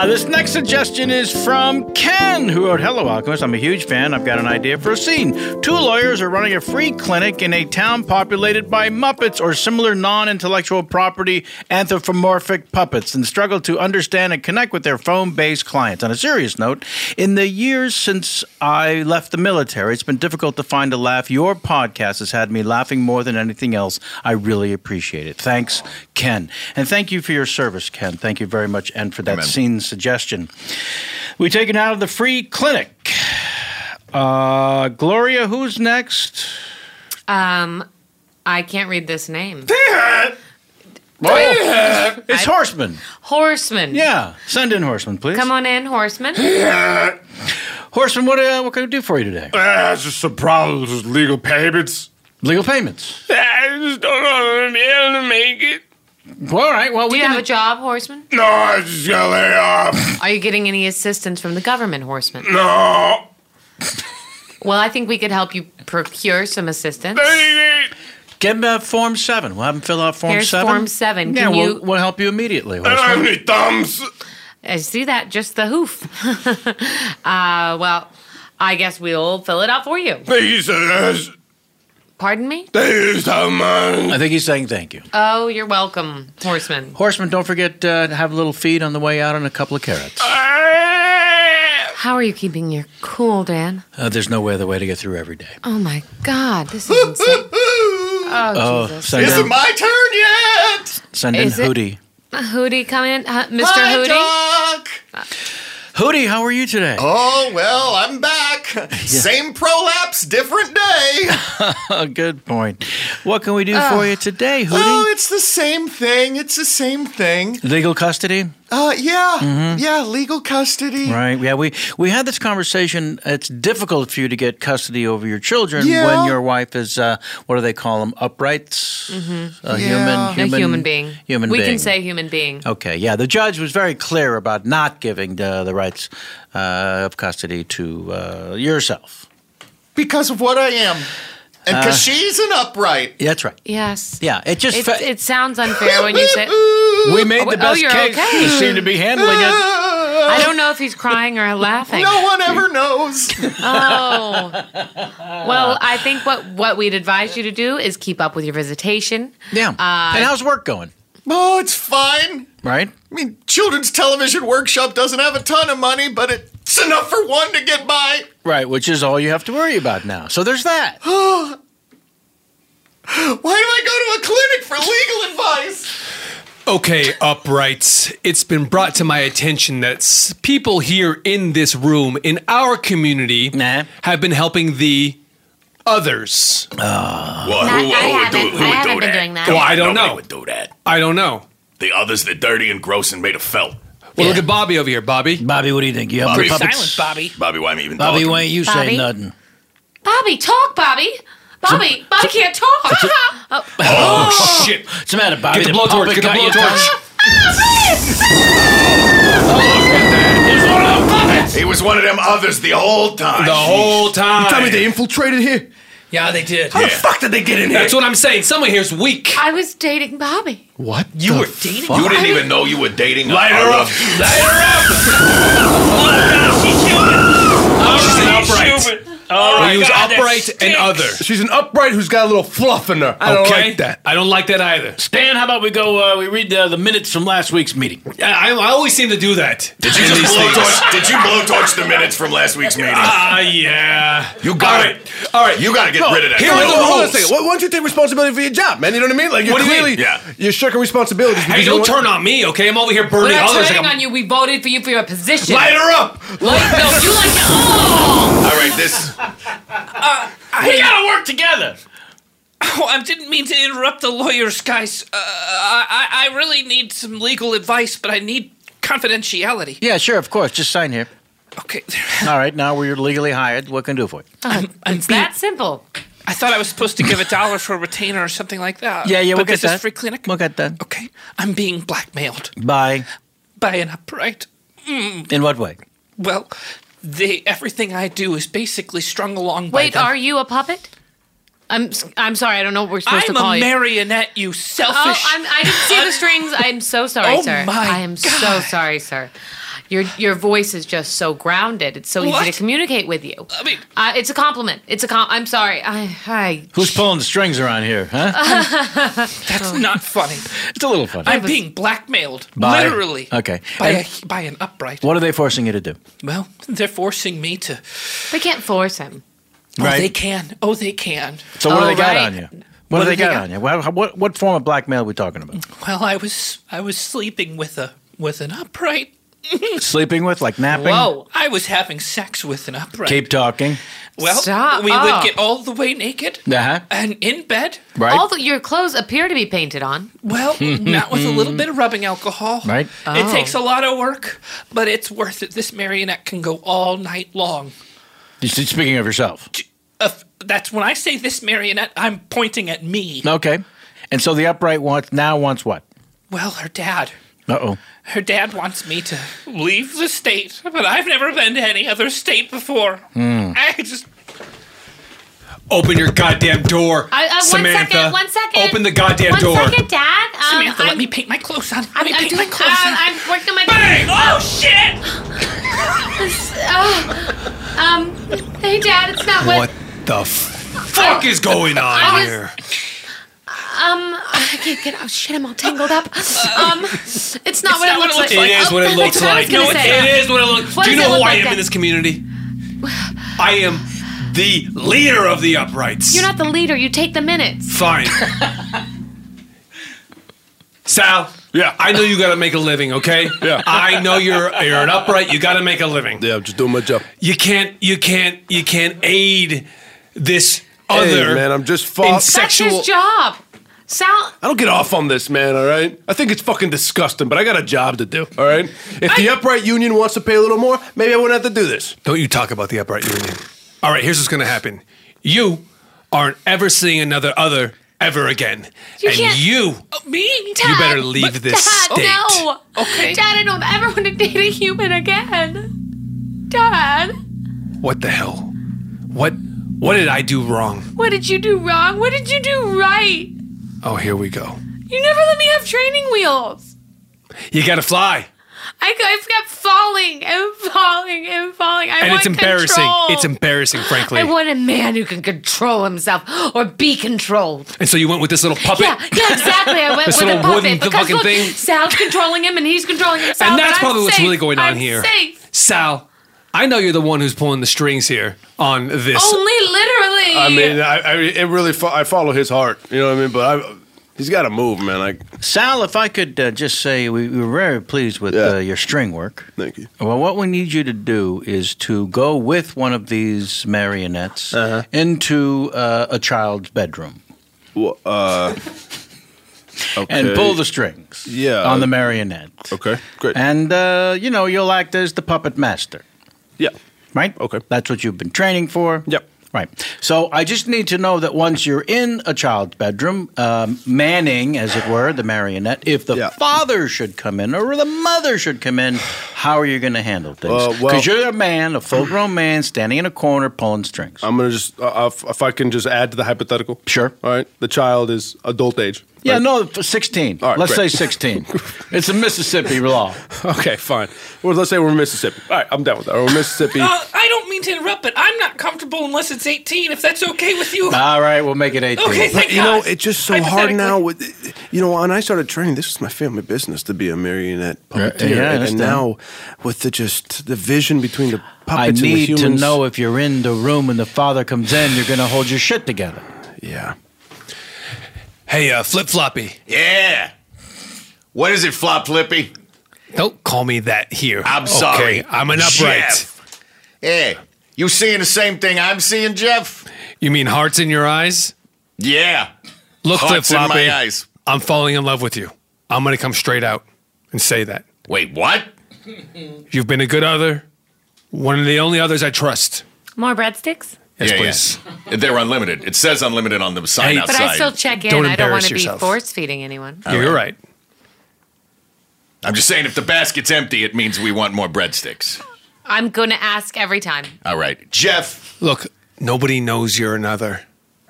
S4: Uh, this next suggestion is from Ken, who wrote Hello, Alchemist. I'm a huge fan. I've got an idea for a scene. Two lawyers are running a free clinic in a town populated by Muppets or similar non intellectual property anthropomorphic puppets and struggle to understand and connect with their phone based clients. On a serious note, in the years since I left the military, it's been difficult to find a laugh. Your podcast has had me laughing more than anything else. I really appreciate it. Thanks, Ken. And thank you for your service, Ken. Thank you very much, and for that
S8: Amen.
S4: scene suggestion. We take it out of the free clinic. Uh, Gloria, who's next?
S7: Um, I can't read this name.
S4: Oh, it's Horseman.
S7: Horseman.
S4: Yeah, send in Horseman, please.
S7: Come on in, Horseman.
S4: Horseman, what uh, what can I do for you today?
S14: Ah, it's just some problems with legal payments.
S4: Legal payments.
S14: I just don't know if I'm able to make it.
S4: All right. Well,
S7: Do you have a job, Horseman?
S14: No, I just got laid off.
S7: Are you getting any assistance from the government, Horseman?
S14: No.
S7: Well, I think we could help you procure some assistance.
S4: Get him uh, Form 7. We'll have him fill out Form
S7: Here's
S4: 7.
S7: Form 7.
S4: Yeah,
S7: Can
S4: we'll,
S7: you-
S4: we'll help you immediately. Horseman.
S7: I Uh, see that, just the hoof. uh, well, I guess we'll fill it out for you. Pardon me?
S4: I think he's saying thank you.
S7: Oh, you're welcome, Horseman.
S4: Horseman, don't forget uh, to have a little feed on the way out and a couple of carrots.
S7: How are you keeping your cool, Dan?
S4: Uh, there's no way other way to get through every day.
S7: Oh my God, this is insane. Oh,
S4: Oh,
S7: Jesus.
S4: send in,
S7: my turn yet?
S4: send in
S7: Is it-
S4: Hootie.
S7: Hootie, come in, uh, Mr.
S8: Hi,
S7: Hootie.
S4: Hootie, how are you today?
S8: Oh, well, I'm back. Same prolapse, different day.
S4: Good point. What can we do
S7: Ah.
S8: Ugh.
S4: for you today, Hootie?
S8: Oh, it's the same thing. It's the same thing.
S4: Legal custody?
S8: Uh, yeah. Yeah, legal custody.
S4: Mm-hmm. Right. Yeah, we we had this conversation. It's difficult for you to get custody over your children
S8: Yeah.
S4: when your wife is uh, what do they call them? Uprights.
S7: Mm-hmm.
S4: A human, human,
S7: a human being.
S4: Human
S7: we
S4: being.
S7: can say human being.
S4: Okay. Yeah, the judge was very clear about not giving the, the rights uh, of custody to uh, yourself.
S8: Because of what I am. And because
S4: Uh,
S8: she's an upright.
S4: Yeah, that's right.
S7: Yes.
S4: Yeah, it just
S7: It,
S4: fa-
S7: it sounds unfair when you say.
S4: we made
S7: Oh,
S4: the best
S7: you're
S4: case.
S7: okay.
S4: You seem to be handling it.
S7: I don't know if he's crying or laughing.
S8: No one ever knows.
S7: Oh. Well, I think what what we'd advise you to do is keep up with your visitation. Uh,
S4: Yeah. and how's work going?
S8: Oh, it's fine.
S4: Right?
S8: I mean, Children's Television Workshop doesn't have a ton of money, but it's enough for one to get by.
S4: Right, which is all you have to worry about now. So there's that.
S8: Why do I go to a clinic for legal advice?
S5: Okay, uprights. It's been brought to my attention that s- people here in this room, in our community, have been helping the others.
S4: Ah.
S15: Well,
S7: Not-
S15: who,
S7: I
S15: who would Oh, do,
S7: haven't-
S15: who
S7: I
S15: would
S7: haven't been
S15: do that?
S7: doing that.
S15: Come
S5: Well,
S15: on,
S5: I don't
S15: nobody
S5: know.
S15: would do that.
S5: I don't know.
S15: The others, they're dirty and gross and made of felt.
S5: Well, look at Bobby over here, Bobby.
S4: Bobby, what do you think? You
S15: Bobby.
S4: Bobby.
S15: Bobby, why am I even
S4: Bobby,
S15: talking?
S4: why ain't you
S7: Bobby?
S4: say nothing?
S7: Bobby, talk, Bobby. Bobby, Bobby can't talk. oh.
S4: Oh, shit. What's the matter, Bobby?
S5: Get the blowtorch,
S4: puppet
S5: get the
S4: got your
S5: blowtorch.
S4: tongue?
S15: He was one of them others the whole time.
S6: The whole time.
S16: You tell me they infiltrated here?
S6: Yeah, they did.
S16: How the fuck did they get in here?
S6: That's what I'm saying. Someone here's weak.
S7: I was dating Bobby.
S15: What? You were dating? You didn't even know you were dating.
S14: Light her up.
S15: Light her up.
S14: She's an
S6: upright.
S15: Oh
S16: All
S14: right,
S16: right,
S14: use
S16: God, that
S14: upright and other.
S16: She's an upright who's got a little fluff in her. I don't
S14: Okay.
S16: like that.
S14: I don't like that either.
S4: Stan, how about we go? Uh, we read uh, the minutes from last week's meeting.
S14: I, I always seem to do that.
S15: Did you just blowtorch? Did you blowtorch the minutes from last week's meeting?
S14: Ah, yeah.
S15: You got it. All right, you got to get rid of that.
S16: Here, hold
S15: Throw
S16: on, hold on a
S15: rules.
S16: second. Why, why don't you take responsibility for your job, man? You know what I mean? Like you're
S14: What do you mean?
S16: clearly
S14: Yeah.
S16: you're shirking responsibilities.
S14: Hey, don't turn on me, okay? I'm over here
S7: We're
S14: burning
S7: not
S14: others.
S7: turning
S14: Like
S7: on you. We voted for you for your position.
S14: Light her up.
S7: Light, no, you like Oh! to.
S15: All right, this.
S4: we gotta work together.
S6: Oh, I didn't mean to interrupt the lawyers, guys. Uh, I, I I really need some legal advice, but I need confidentiality.
S4: Yeah, sure, of course. Just sign here. Okay. All right, now we're legally hired. What can I do for you?
S6: Uh, it's that simple. I thought I was supposed to give a dollar for a retainer or something like that.
S4: yeah, yeah,
S6: but
S4: we'll get
S6: this
S4: that.
S6: is free clinic.
S4: We'll get that.
S6: Okay, I'm being blackmailed
S4: Bye.
S6: by an upright. Mm,
S4: In what way?
S6: Well, they everything I do is basically strung along by
S7: Wait,
S6: them.
S7: are you a puppet? I'm. s- I'm sorry. I don't know what we're supposed
S6: I'm
S7: to call
S6: a
S7: you.
S6: marionette, you selfish.
S7: Oh, I'm, I didn't see the strings. I'm so sorry,
S6: Oh
S7: sir.
S6: my
S7: I am so sorry, sir. Your your voice is just so grounded. It's so easy
S6: What?
S7: to communicate with you. I mean, uh, it's a compliment. It's a com. I'm sorry. I. I
S4: Who's pulling the strings around here,
S5: Uh,
S4: huh?
S6: That's
S7: Oh.
S6: not funny.
S4: it's a little funny.
S6: I'm being blackmailed,
S4: Bye.
S6: literally,
S4: Okay.
S6: by
S4: And
S6: a, by an upright.
S4: what are they forcing you to do?
S6: Well, they're forcing me to.
S7: They can't force him.
S6: Oh,
S4: Right.
S6: they can. Oh, they can.
S4: So what do
S6: Oh,
S4: they got
S6: right.
S4: on you? What, do they, got, on you? What, what, what form of blackmail are we talking about?
S6: Well, I was I was sleeping with a with an upright.
S4: Sleeping with, like napping?
S6: I was having sex with an upright.
S4: Keep talking.
S6: Well,
S7: Stop Oh.
S6: we
S7: up.
S6: would get all the way naked
S4: Uh-huh.
S6: and in bed.
S4: Right.
S7: Although your clothes appear to be painted on.
S6: Well, not with a little bit of rubbing alcohol.
S4: Right.
S7: Oh.
S6: It takes a lot of work, but it's worth it. This marionette can go all night long.
S4: You're Speaking of yourself.
S6: If- that's when I say this marionette, I'm pointing at me.
S4: Okay. And so the upright wants now wants what?
S6: Well, her dad.
S4: Uh oh.
S6: Her dad wants me to leave the state, but I've never been to any other state before.
S4: Hmm.
S6: I just
S14: Open your goddamn door,
S7: I, uh, one
S14: Samantha.
S7: second, one second.
S14: Open the goddamn
S7: One
S14: door.
S7: second, Dad. Um,
S6: Samantha,
S7: I'm,
S6: let me paint my clothes on. Let
S7: I'm,
S6: me
S7: I'm
S6: paint
S7: doing.
S6: my clothes
S7: uh,
S6: on.
S7: I'm working on my.
S6: Bang! Oh shit!
S7: This- oh, um. Hey, Dad. It's not what.
S5: What the fuck is going on
S7: I was-
S5: here?
S7: Um, I can't get. Oh shit! I'm all tangled up. Um, it's not what
S6: It's
S7: it
S6: not what it
S7: looks like.
S6: looks like.
S5: It is
S7: Oh,
S5: what it
S7: that's
S5: looks
S7: what I was
S5: like.
S7: gonna
S5: No, it-
S7: say.
S5: it is what it looks.
S7: What
S5: Do you
S7: does
S5: know
S7: it
S5: who
S7: look
S5: I
S7: like,
S5: am
S7: Dad?
S5: in this community? I am the leader of the uprights.
S7: You're not the leader. You take the minutes.
S5: Fine. Sal. Yeah. I know you got to make a living, okay? Yeah. I know you're you're an upright. You got to make a living.
S11: Yeah, I'm just doing my job.
S5: You can't you can't you can't aid this other
S11: hey, man, I'm just
S5: in
S11: fucked.
S5: sexual.
S7: That's his job. Sal.
S11: I don't get off on this, man, all right? I think it's fucking disgusting, but I got a job to do, all right? If the upright union wants to pay a little more, maybe I wouldn't have to do this.
S5: Don't you talk about the upright union. All right, here's what's going to happen. You aren't ever seeing another other ever again.
S7: You
S5: and
S7: can't-
S5: you
S6: Me?
S7: Dad,
S5: you better leave this
S7: Dad,
S5: state.
S7: no. Okay. Dad, I don't ever want to date a human again. Dad,
S5: What the hell? What what did I do wrong?
S7: what did you do wrong? What did you do right?
S5: Oh, here we go.
S7: You never let me have training wheels.
S5: You got to fly.
S7: I, I kept falling and falling and falling. I
S5: and
S7: want
S5: it's embarrassing.
S7: control.
S5: It's embarrassing, frankly.
S7: I want a man who can control himself or be controlled.
S5: and so you went with this little puppet.
S7: Yeah, yeah, exactly. I went
S5: This
S7: with a
S5: little wooden
S7: puppet because
S5: fucking
S7: look,
S5: thing.
S7: Sal's controlling him and he's controlling himself.
S5: and that's
S7: I'm
S5: probably what's
S7: safe.
S5: really going on
S7: I'm
S5: here.
S7: Safe.
S5: Sal, I know you're the one who's pulling the strings here on this.
S7: Only literally.
S11: I mean,
S5: uh,
S11: I, I it really fo- I follow his heart, you know what I mean? But I, he's got to move, man. I,
S4: Sal, if I could uh, just say we, we were very pleased with uh, your string work.
S11: Thank you.
S4: Well, what we need you to do is to go with one of these marionettes
S11: Uh-huh.
S4: into uh, a child's bedroom
S11: Well, uh,
S4: and
S11: okay.
S4: pull the strings
S11: Yeah.
S4: on the marionette.
S11: Okay, great.
S4: And, uh, you know, you'll act as the puppet master.
S11: Yeah.
S4: Right? Okay. That's what you've been training for.
S11: Yep.
S4: Right. So I just need to know that once you're in a child's bedroom, um, manning, as it were, the marionette, if the father should come in or the mother should come in, how are you going to handle things?
S17: Uh,
S4: Because
S17: well-
S4: you're a man, a full grown man, standing in a corner pulling strings.
S17: I'm gonna just uh, if, if I can just add to the hypothetical.
S4: Sure.
S17: All right. The child is adult age.
S4: Yeah, no, f- 16.
S17: All right,
S4: Let's
S17: great.
S4: say 16. it's a Mississippi law.
S17: Okay, fine. Well, let's say we're Mississippi. All right, I'm down with that. We're Mississippi.
S6: Uh, I don't mean to interrupt, but I'm not comfortable unless it's 18. If that's okay with you.
S4: All right, we'll make it 18.
S6: Okay, thank
S11: But, you know,
S6: God.
S11: it's just so hard now.
S6: Hypothetically.
S11: With you know, when I started training, this was my family business to be a marionette puppeteer,
S4: yeah, I
S11: and,
S4: understand.
S11: now with the just the vision between the
S4: I
S11: puppets
S4: need
S11: and the
S4: to
S11: humans,
S4: know if you're in the room and the father comes in, you're going to hold your shit together.
S11: Yeah.
S5: Hey, uh, Flip Floppy.
S15: Yeah. What is it, Flop Flippy?
S5: Don't call me that here.
S15: I'm sorry.
S5: I'm an upright.
S15: Jeff. Hey, you seeing the same thing I'm seeing, Jeff?
S5: You mean hearts in your eyes?
S15: Yeah.
S5: Look, Flip
S15: Hearts in
S5: Floppy.
S15: my eyes.
S5: I'm falling in love with you. I'm gonna come straight out and say that.
S15: Wait, what?
S5: You've been a good other. One of the only others I trust.
S7: More breadsticks?
S5: Yes,
S15: yeah,
S5: please.
S15: yeah. They're unlimited. It says unlimited on the sign
S7: But
S15: outside.
S7: I still check in.
S15: Don't
S7: I don't want
S15: embarrass
S7: to be
S15: yourself.
S7: force feeding anyone.
S15: All You're
S5: right.
S15: I'm just saying, if the basket's empty, it means we want more breadsticks.
S7: I'm going to ask every time.
S15: All right, Jeff.
S5: Look, nobody knows you're another.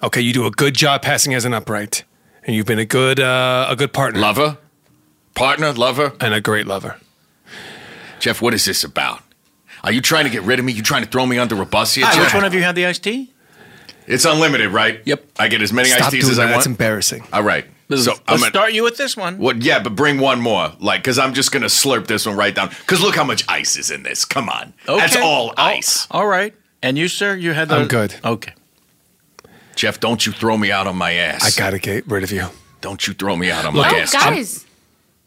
S5: Okay, you do a good job passing as an upright, and you've been a good uh, a good partner,
S15: lover, partner, lover,
S5: and a great lover.
S15: Jeff, what is this about? Are you trying to get rid of me? You trying to throw me under a bus here?
S4: Hi,
S15: Jeff?
S4: which one of you had the iced tea?
S15: It's unlimited, right? Yep. I get as many
S5: Stop
S15: iced teas
S5: doing
S15: as
S5: that.
S15: I
S5: That's
S15: want.
S5: embarrassing.
S15: All right. so I'm
S4: Let's
S15: gonna,
S4: start you with this one.
S15: What? Yeah, but bring one more, like, because I'm just gonna slurp this one right down. Because look how much ice is in this. Come on, that's
S4: Okay.
S15: all ice.
S4: All right. And you, sir, you had the.
S15: I'm
S5: good.
S4: Okay.
S15: Jeff, don't you throw me out on my ass.
S5: I gotta get rid of you.
S15: Don't you throw me out on my
S7: oh,
S15: ass.
S7: guys.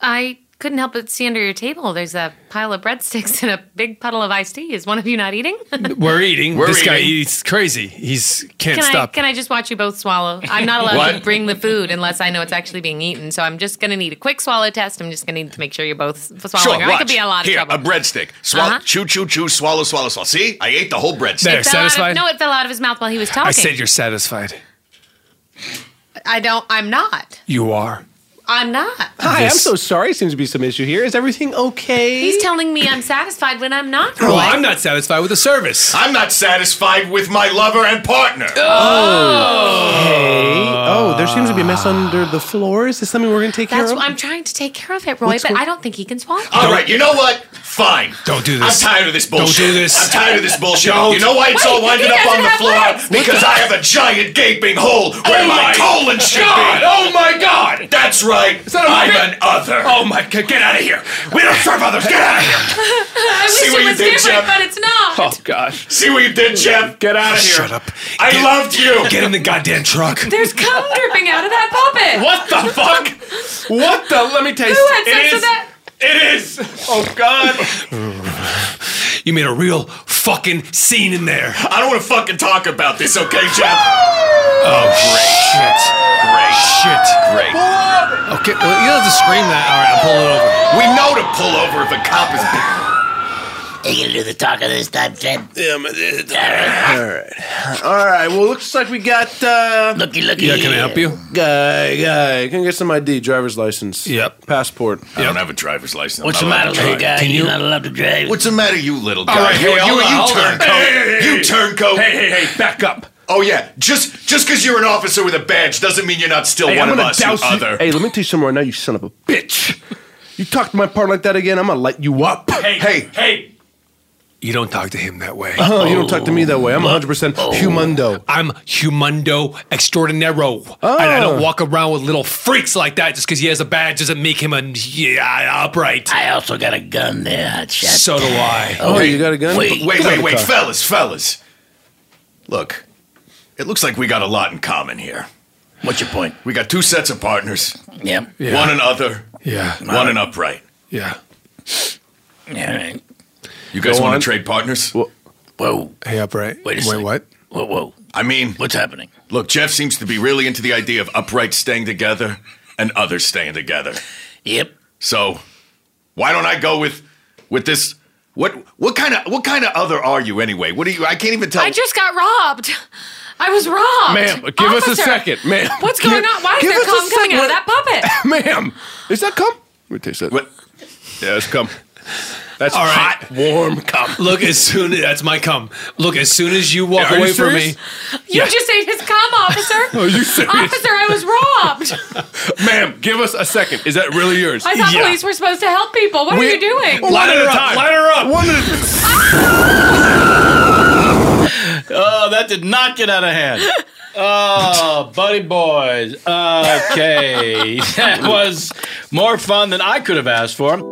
S7: I couldn't help but see under your table there's a pile of breadsticks and a big puddle of iced tea. Is one of you not eating?
S5: We're eating.
S7: We're
S5: this guy
S7: eating.
S5: eats crazy. He's can't
S7: can
S5: stop.
S7: I can I just watch you both swallow? I'm not allowed to
S5: What?
S7: bring the food unless I know it's actually being eaten. So I'm just gonna need a quick swallow test. I'm just gonna need to make sure you're both swallowing. or I could
S15: watch.
S7: be in a lot of
S15: Here, uh,
S7: trouble.
S15: a breadstick. Swallow,
S7: Uh-huh.
S15: chew, chew, chew, swallow, swallow, swallow. See, I ate the whole breadstick.
S7: It fell out of- no, it fell out of his mouth while he was talking.
S5: I said you're satisfied.
S7: I don't. I'm not.
S5: You are.
S7: I'm not.
S5: Hi, I'm This- so
S11: sorry. Seems to be some issue here. Is everything okay?
S7: He's telling me I'm satisfied when I'm not.
S5: Well, I'm not satisfied with the service. Oh.
S15: I'm not satisfied with my lover and partner.
S9: Oh. Hey. Oh, there seems to be a mess under the floor. Is this something we're going to take
S7: That's
S9: care
S7: what
S9: of?
S7: I'm trying to take care of it, Roy.
S9: What's
S7: but
S9: going-
S7: I don't think he can swallow.
S15: All right, you know what? Fine. Don't do
S5: this.
S15: I'm tired of this
S5: Don't
S15: bullshit.
S5: do this.
S15: I'm tired of this bullshit.
S5: Don't.
S15: You know why it's all
S5: Wait,
S15: winding up
S5: he
S15: on
S5: doesn't
S15: the
S5: have
S15: floor?
S5: legs.
S15: Because
S5: What
S15: I
S5: the-
S15: have a giant gaping hole where
S5: Oh
S15: my
S5: my
S15: colon should
S5: God.
S15: be.
S5: Oh my God.
S15: That's right.
S5: Is that a
S15: I'm
S5: bit-
S15: an other.
S5: Oh my God. Get out of here.
S15: We don't serve others. Get out of here.
S7: I
S15: See what you did, Jeff?
S7: it's not.
S5: Oh gosh.
S15: See what you did, Jeff? Get out of here. Shut up. I loved you.
S5: Get in the goddamn truck.
S7: There's cum dripping out of that puppet.
S5: What the fuck? What the? Let me taste.
S7: Who had sex
S5: it
S7: with
S5: is.
S7: that?
S5: It is. Oh God. You made a real fucking scene in there.
S15: I don't want to fucking talk about this, okay, Jeff?
S5: Oh great
S15: shit. Great shit. Great.
S5: Okay, well, you don't have to scream that. All right, I'm pulling over.
S15: We know to pull over if a cop is.
S11: You gonna do the talking this time, Jim? Yeah, I'm gonna do the talking. All right, all right. Well, looks like we got. uh Looky, looky.
S17: Yeah, can I help you?
S11: Guy, guy, can I get some ID, driver's license. Yep, passport.
S15: I don't have a driver's license.
S11: What's
S15: I'm
S11: the
S15: not
S11: matter,
S15: allowed to
S11: little
S15: drive.
S11: guy? You're not allowed to drive.
S15: What's the matter, you little guy?
S11: All right,
S15: hey,
S11: hey,
S15: you,
S11: hold on,
S15: you
S11: hold on.
S15: turncoat.
S11: Hey, hey, hey.
S15: you turncoat.
S11: Hey, hey, hey,
S5: back up.
S15: Oh yeah, just just because you're an officer with a badge doesn't mean you're not still
S11: Hey,
S15: one
S11: I'm
S15: of
S11: gonna
S15: us, you
S11: douse you-
S15: other.
S11: Hey, let me tell you something right now, you son of a bitch. You talk to my partner like that again, I'm gonna light you up. Hey, hey,
S5: hey. You don't talk to him that way.
S15: Uh-huh.
S11: Oh, you don't talk to me that way. I'm 100% humundo.
S5: Oh. I'm Humundo Extraordinero. And I don't walk around with little freaks like that just because he has a badge doesn't make him a yeah, upright. I also got a gun there, Hotshot. So do I.
S11: Oh, you got a gun?
S15: Wait,
S11: Get
S15: wait,
S11: out of
S15: wait,
S11: the
S15: wait,
S11: car.
S15: fellas, fellas. Look, it looks like we got a lot in common here. What's your point? We got two sets of partners.
S5: Yep. Yeah.
S15: One and other.
S5: Yeah.
S15: One and upright.
S5: Yeah.
S15: You guys
S5: Go
S15: want
S5: on.
S15: to trade partners?
S5: Whoa. Hey, upright. Wait a second. what?
S15: Whoa, whoa. I mean, what's happening? Look, Jeff seems to be really into the idea of upright staying together and others staying together. Yep. So, why don't I go with with this
S8: What what kind of what kind of other are you anyway? What are you? I can't even tell.
S7: I just got robbed. I was robbed.
S8: Ma'am, give us a
S7: Officer,
S8: second, ma'am.
S7: What's
S8: Give-
S7: going on? Why is
S8: give
S7: there
S8: us a
S7: cum coming out of that puppet?
S11: Ma'am, is that cum? Let me taste that. What? Yeah, it's cum. That's hot, warm cum.
S18: Look, as soon as that's my cum. Look, as soon as you walk
S11: Are you
S18: away from me,
S11: serious?
S7: You
S18: Yeah.
S7: just ate his cum, officer.
S11: Are you serious?
S7: Officer, I was robbed.
S11: Ma'am, give us a second. Is that really yours?
S7: I thought police were supposed to help people. What
S11: We-
S7: are you doing?
S11: One at a time. Light her up. One at a
S4: Oh, that did not get out of hand. Oh, buddy boys. Okay. That was more fun than I could have asked for.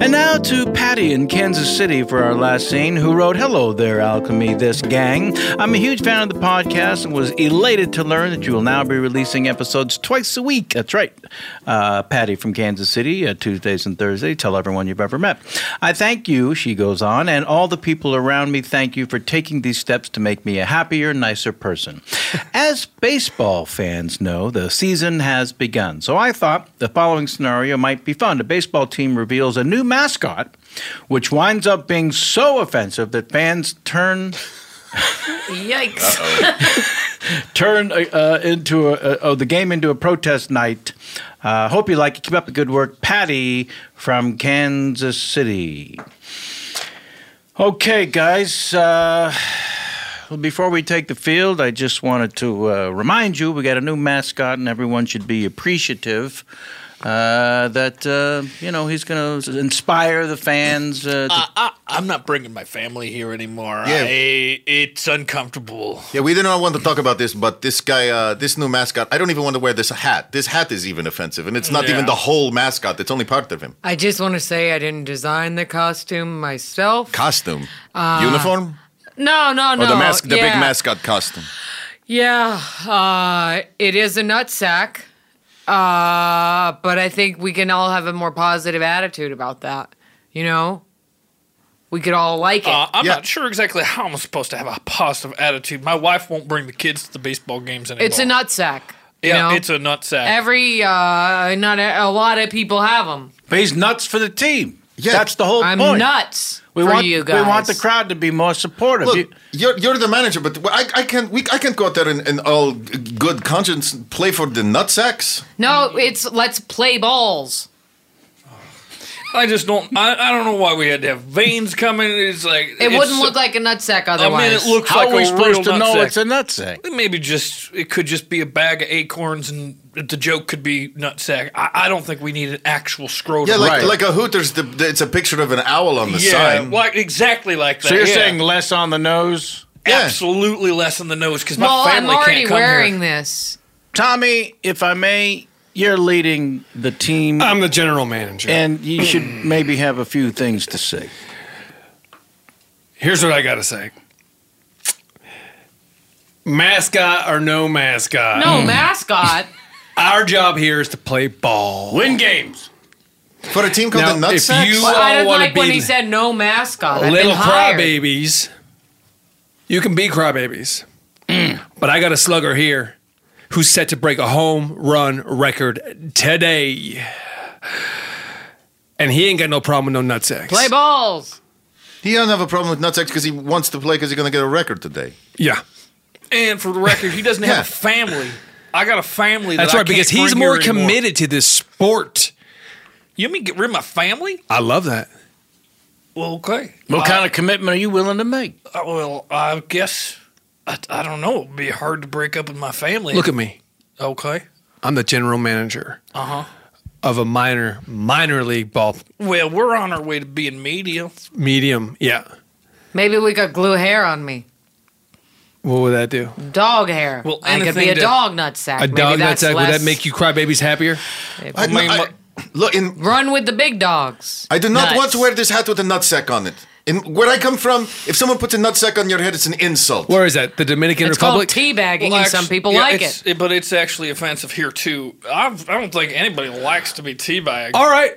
S4: And now to Patty in Kansas City for our last scene, who wrote, Hello there, Alchemy, this gang. I'm a huge fan of the podcast and was elated to learn that you will now be releasing episodes twice a week. That's right. Uh, Patty from Kansas City, uh, Tuesdays and Thursdays. Tell everyone you've ever met. I thank you, she goes on, and all the people around me thank you for taking these steps to make me a happier, nicer person. As baseball fans know, the season has begun. So I thought the following scenario might be fun. A baseball team reveals a new mascot, which winds up being so offensive that fans turn
S7: Yikes.
S4: turn uh, uh, into a, uh, oh, the game into a protest night. Uh, hope you like it. Keep up the good work, Patty from Kansas City. Okay, guys. Uh, well, before we take the field, I just wanted to uh, remind you we got a new mascot, and everyone should be appreciative uh, that uh, you know he's going to inspire the fans. Uh, to-
S19: Uh, I, I'm not bringing my family here anymore.
S8: Yeah.
S19: I, it's uncomfortable.
S8: Yeah, we did not want to talk about this, but this guy, uh, this new mascot, I don't even want to wear this hat. This hat is even offensive, and it's not
S13: Yeah.
S8: even the whole mascot. It's only part of him.
S13: I just want to say I didn't design the costume myself.
S8: Costume,
S13: Uh,
S8: uniform,
S13: No, no, Oh, no.
S8: or the mask, the big
S13: yeah.
S8: mascot costume.
S13: Yeah, uh, it is a nutsack, uh, but I think we can all have a more positive attitude about that. You know, we could all like it.
S19: Uh, I'm not sure exactly how I'm supposed to have a positive attitude. My wife won't bring the kids to the baseball games anymore.
S13: It's a nutsack. you
S19: Yeah,
S13: know?
S19: it's a nutsack.
S13: Every uh, not a, a lot of people have them.
S4: But he's nuts for the team. Yeah. That's the whole
S13: I'm
S4: point.
S13: nuts
S4: We
S13: for
S4: want
S13: you
S4: We want the
S13: guys.
S4: crowd to be more supportive.
S8: Look,
S4: You-
S8: you, are you're the manager, but I, I can't we I can't go out there and, and all good conscience play for the nutsacks.
S13: No, it's let's play balls.
S19: I just don't. I, I don't know why we had to have veins coming. It's like
S13: It wouldn't look like a nutsack otherwise.
S19: I mean, it looks
S4: How
S19: like
S4: are we
S19: a
S4: supposed
S19: real
S4: to know
S19: nutsack.
S4: it's a nutsack?
S19: Maybe just it could just be a bag of acorns, and the joke could be nutsack. I, I don't think we need an actual scrotum.
S8: Yeah, like like a Hooters, the, the- it's a picture of an owl on the
S19: yeah,
S8: sign.
S19: like exactly like that.
S8: So you're
S19: yeah.
S8: saying
S4: less on the nose?
S19: Absolutely less on the nose because my
S13: Well, I'm
S19: family
S13: already
S19: can't come
S13: wearing
S19: here.
S13: this.
S4: Tommy, if I may, you're leading the team. I'm
S5: the general manager.
S4: And you should maybe have a few things to say.
S5: Here's what I gotta say. Mascot or no mascot?
S13: No mascot.
S5: Our job here is to play ball, win games.
S8: For a team
S13: called
S5: now,
S13: the Nutsacks?
S5: if you
S13: Well, I
S5: all
S13: didn't
S5: want
S13: like
S5: to
S13: when
S5: be
S13: he said no mascot. I've
S5: little
S13: been hired.
S5: crybabies, you can be crybabies. but I got a slugger here who's set to break a home run record today, and he ain't got no problem with no nutsacks.
S13: Play balls.
S8: He doesn't have a problem with nutsacks because he wants to play because he's going to get a record today.
S5: Yeah.
S19: And for the record, he doesn't have a family. I got a family.
S5: That's
S19: that I
S5: right, because
S19: can't
S5: he's
S19: bring here
S5: more
S19: anymore.
S5: committed to this sport.
S19: You mean get rid of my family?
S5: I love that.
S19: Well, okay.
S4: What kind of commitment are you willing to make?
S19: Uh, well, I guess I, I don't know. It'd be hard to break up with my family.
S5: Look at me.
S19: Okay.
S5: I'm the general manager
S19: Uh huh.
S5: of a minor minor league ball
S19: Well, we're on our way to being medium.
S5: medium. Yeah.
S13: Maybe we could glue hair on me.
S5: What would that do?
S13: Dog hair.
S19: Well,
S13: I could be
S19: anything
S13: a
S19: to-
S13: dog nutsack.
S5: A
S13: Maybe
S5: dog
S13: that's
S5: nutsack, would
S13: less-
S5: that make you crybabies happier?
S13: I- I-
S8: I- look, in,
S13: run with the big dogs?
S8: I do not
S13: Nuts.
S8: want to wear this hat with a nutsack on it. In where I come from, if someone puts a nutsack on your head, it's an insult.
S5: Where is that? The Dominican
S13: It's called
S5: Republic?
S13: teabagging,
S19: Well,
S13: and
S19: actu-
S13: some people
S19: yeah,
S13: like
S19: it's-
S13: it.
S19: But it's actually offensive here too. I've, I don't think anybody likes to be teabagged.
S5: All right.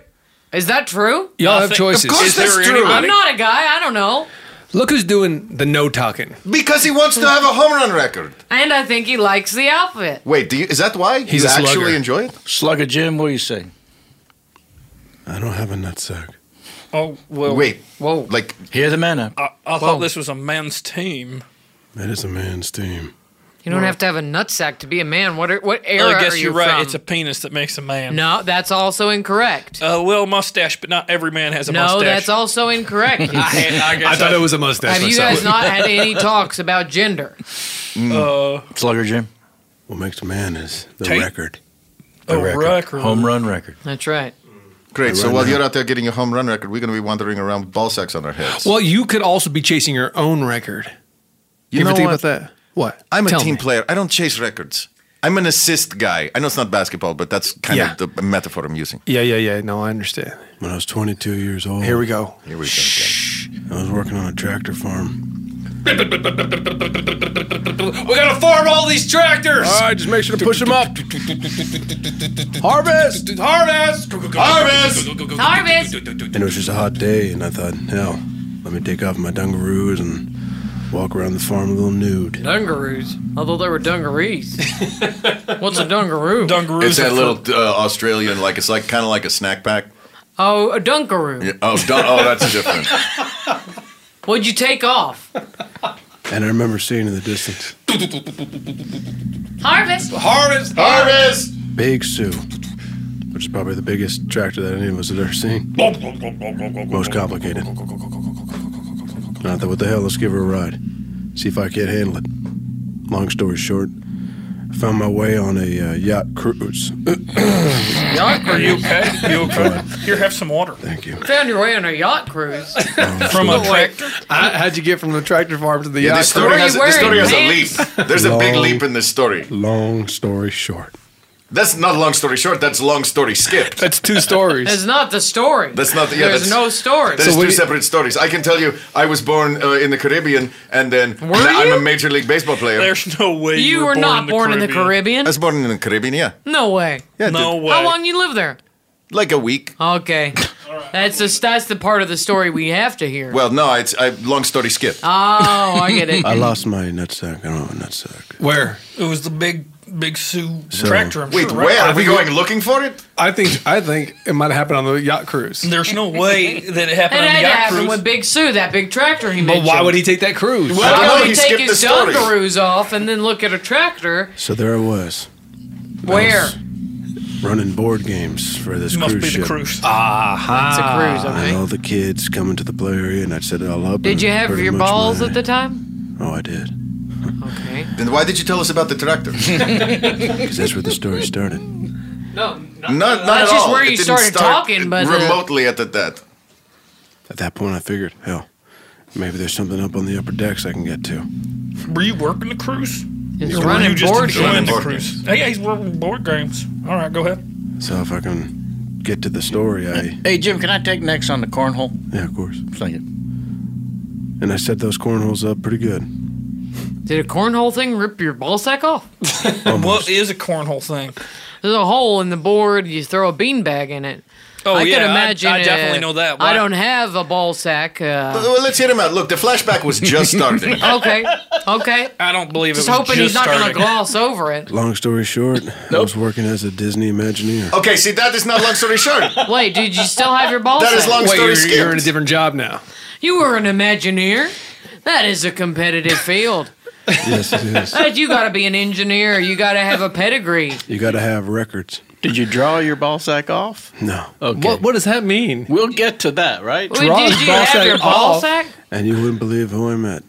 S13: Is that true?
S5: Y'all have choices.
S19: Is there anybody-
S13: I'm not a guy. I don't know.
S5: Look who's doing the no talking.
S8: Because he wants to have a home run record.
S13: And I think he likes the outfit.
S8: Wait, do you, is that why
S5: He's
S8: you
S5: a slugger.
S8: actually enjoy it?
S4: Slugger Jim, what do you say?
S9: I don't have a nutsack.
S19: Oh well.
S8: Whoa. Like
S4: hear the man up.
S19: I, I thought this was a men's team.
S9: That is a man's team.
S13: You don't have to have a nutsack to be a man. What are, what era
S19: I guess
S13: are you
S19: you're right.
S13: from?
S19: It's a penis that makes a man.
S13: no, that's also incorrect.
S19: Uh, well, mustache, but not every man has a
S13: no,
S19: mustache.
S13: that's also incorrect.
S19: I, had- I guess
S5: thought it was a mustache.
S13: have you guys not had any talks about gender?
S8: Mm.
S19: Uh,
S4: Slugger Jim.
S9: What makes man is the
S13: Tape.
S9: record.
S8: The Oh, record. record.
S4: Home run record.
S13: That's right.
S8: Great. So
S5: Right
S8: while
S5: now.
S8: you're out there getting your home run record, we're going to be wandering around with ball sacks on our heads.
S5: Well, you could also be chasing your own record.
S8: You
S5: ever
S8: know
S5: think
S8: what?
S5: about that? What?
S8: I'm a
S5: Tell
S8: team
S5: me.
S8: player. I don't chase records. I'm an assist guy. I know it's not basketball, but that's kind of the metaphor I'm using.
S5: Yeah, yeah, yeah. No, I understand.
S9: When I was 22 years old.
S5: Here we go.
S8: Here we go.
S9: I was working on a tractor farm.
S5: We gotta farm all these tractors.
S11: All right, just make sure to push them up.
S5: Harvest! Harvest!
S11: Harvest!
S13: Harvest.
S9: And it was just a hot day, and I thought, hell, let me take off my dungaroos and walk around the farm a little nude.
S13: Dungaroos. Although they were dungarees. What's a dungaroo?
S19: Dungaroos.
S8: It's that little uh, Australian, like it's like kind of like a snack pack.
S13: Oh, a dunkaroo.
S8: Yeah. Oh, don't, oh, that's different.
S13: What'd you take off?
S9: And I remember seeing in the distance
S7: Harvest.
S19: Harvest.
S8: Harvest.
S11: Big Sue, which is probably the biggest tractor that any of us had ever seen. Most complicated. And I thought, what the hell, let's give her a ride. See if I can't handle it. Long story short, I found my way on a uh, yacht cruise.
S19: Yacht, are you okay? You okay? Here, have some water.
S11: Thank you.
S13: Found your way on a yacht cruise.
S19: From a tractor.
S5: how'd you get from the tractor farm to the
S8: Yeah,
S5: yacht
S8: this story has,
S5: cruise?
S8: this story has a leap. There's a big
S11: Long-
S8: leap in this story.
S11: Long story short.
S8: That's not long story short. That's long story skipped.
S5: That's two stories.
S13: It's not the story.
S8: That's not. The, yeah,
S13: There's
S8: that's,
S13: no story.
S8: There's two separate stories. I can tell you, I was born uh, in the Caribbean, and then I'm a major league baseball player.
S19: There's no way
S13: You you were were born not in the born in the Caribbean. Caribbean?
S8: I was born in the Caribbean. Yeah,
S13: No way.
S8: Yeah, No dude. way.
S13: How long you live there?
S8: like a week.
S13: Okay. That's the that's the part of the story we have to hear.
S8: Well, no, it's I, long story skipped.
S13: Oh, I get it.
S11: I lost my nutsack. I don't have a nutsack.
S19: Where? It was the big, big Sioux
S11: So-
S19: tractor. I'm
S8: Wait,
S19: sure,
S8: where?
S19: right?
S8: Are we going looking for it?
S5: I think I think it might have happened on the yacht cruise.
S19: There's no way that it
S13: It
S19: happened on
S13: had
S19: the
S13: to
S19: yacht
S13: happen
S19: cruise.
S13: with Big Sue, that big tractor he
S5: But
S13: mentioned.
S5: why would he take that cruise?
S13: Why
S11: I don't know,
S13: would he
S11: he
S13: take
S11: skipped
S13: his
S11: the story.
S13: dungaroos off and then look at a tractor?
S11: So there I was.
S13: Where?
S11: running board games for this
S13: Must
S11: cruise
S13: be the
S11: ship.
S13: cruise.
S11: Aha!
S13: It's a cruise, okay.
S11: And all the kids coming to the play area, and I'd set it all up.
S13: Did
S11: and
S13: you have
S11: pretty
S13: your
S11: much
S13: balls
S11: my-
S13: at the time?
S11: Oh, I did.
S13: Okay.
S8: Then why did you tell us about the tractor?
S11: Because that's where the story started.
S13: No,
S8: not, not
S13: That's
S8: at
S13: just
S8: all.
S13: where
S8: It
S13: you
S8: didn't
S13: started
S8: start
S13: talking, but, uh,
S8: remotely at the that.
S11: At that point, I figured, hell, maybe there's something up on the upper decks I can get to.
S19: Were you working the cruise?
S11: He's
S19: Or were
S11: running
S19: you just
S11: board
S19: enjoying
S11: games.
S19: the
S11: Board
S19: cruise? Hey, yeah, he's working board games. All right, go ahead.
S11: So if I can get to the story, I
S4: Hey, Jim, can I take next on the cornhole?
S11: yeah, of course.
S4: Thank you.
S11: And I set those cornholes up pretty good.
S13: Did a cornhole thing rip your ball sack off?
S19: What is a cornhole thing?
S13: There's a hole in the board. You throw a beanbag in it.
S19: Oh,
S13: I
S19: yeah, I-
S13: Could imagine,
S19: I definitely
S13: uh,
S19: know that.
S13: I
S19: Why-
S13: don't have a ball sack. Uh,
S8: Well, let's hit him out. Look, the flashback was just starting.
S13: okay. Okay.
S19: I don't believe
S13: Just
S8: it was
S13: hoping
S8: just
S13: he's not going to
S8: starting.
S13: gloss over it.
S11: Long story short, I was working as a Disney Imagineer.
S8: Okay, see, that is not long story short.
S13: Wait, did you still have your ball
S8: That
S13: sack?
S8: is long
S5: Wait,
S8: story
S5: you're,
S8: skipped.
S5: you're in a different job now.
S13: You were an Imagineer. That is a competitive field.
S11: yes, it is.
S13: That you got to be an engineer. You got to have a pedigree.
S11: You got to have records.
S4: Did you draw your ball sack off?
S11: No.
S4: Okay. What,
S5: what does that mean?
S4: We'll get to that, right?
S13: Well, Draw did his Oh, you ball have sack your ball off? sack?
S11: And you wouldn't believe who I met.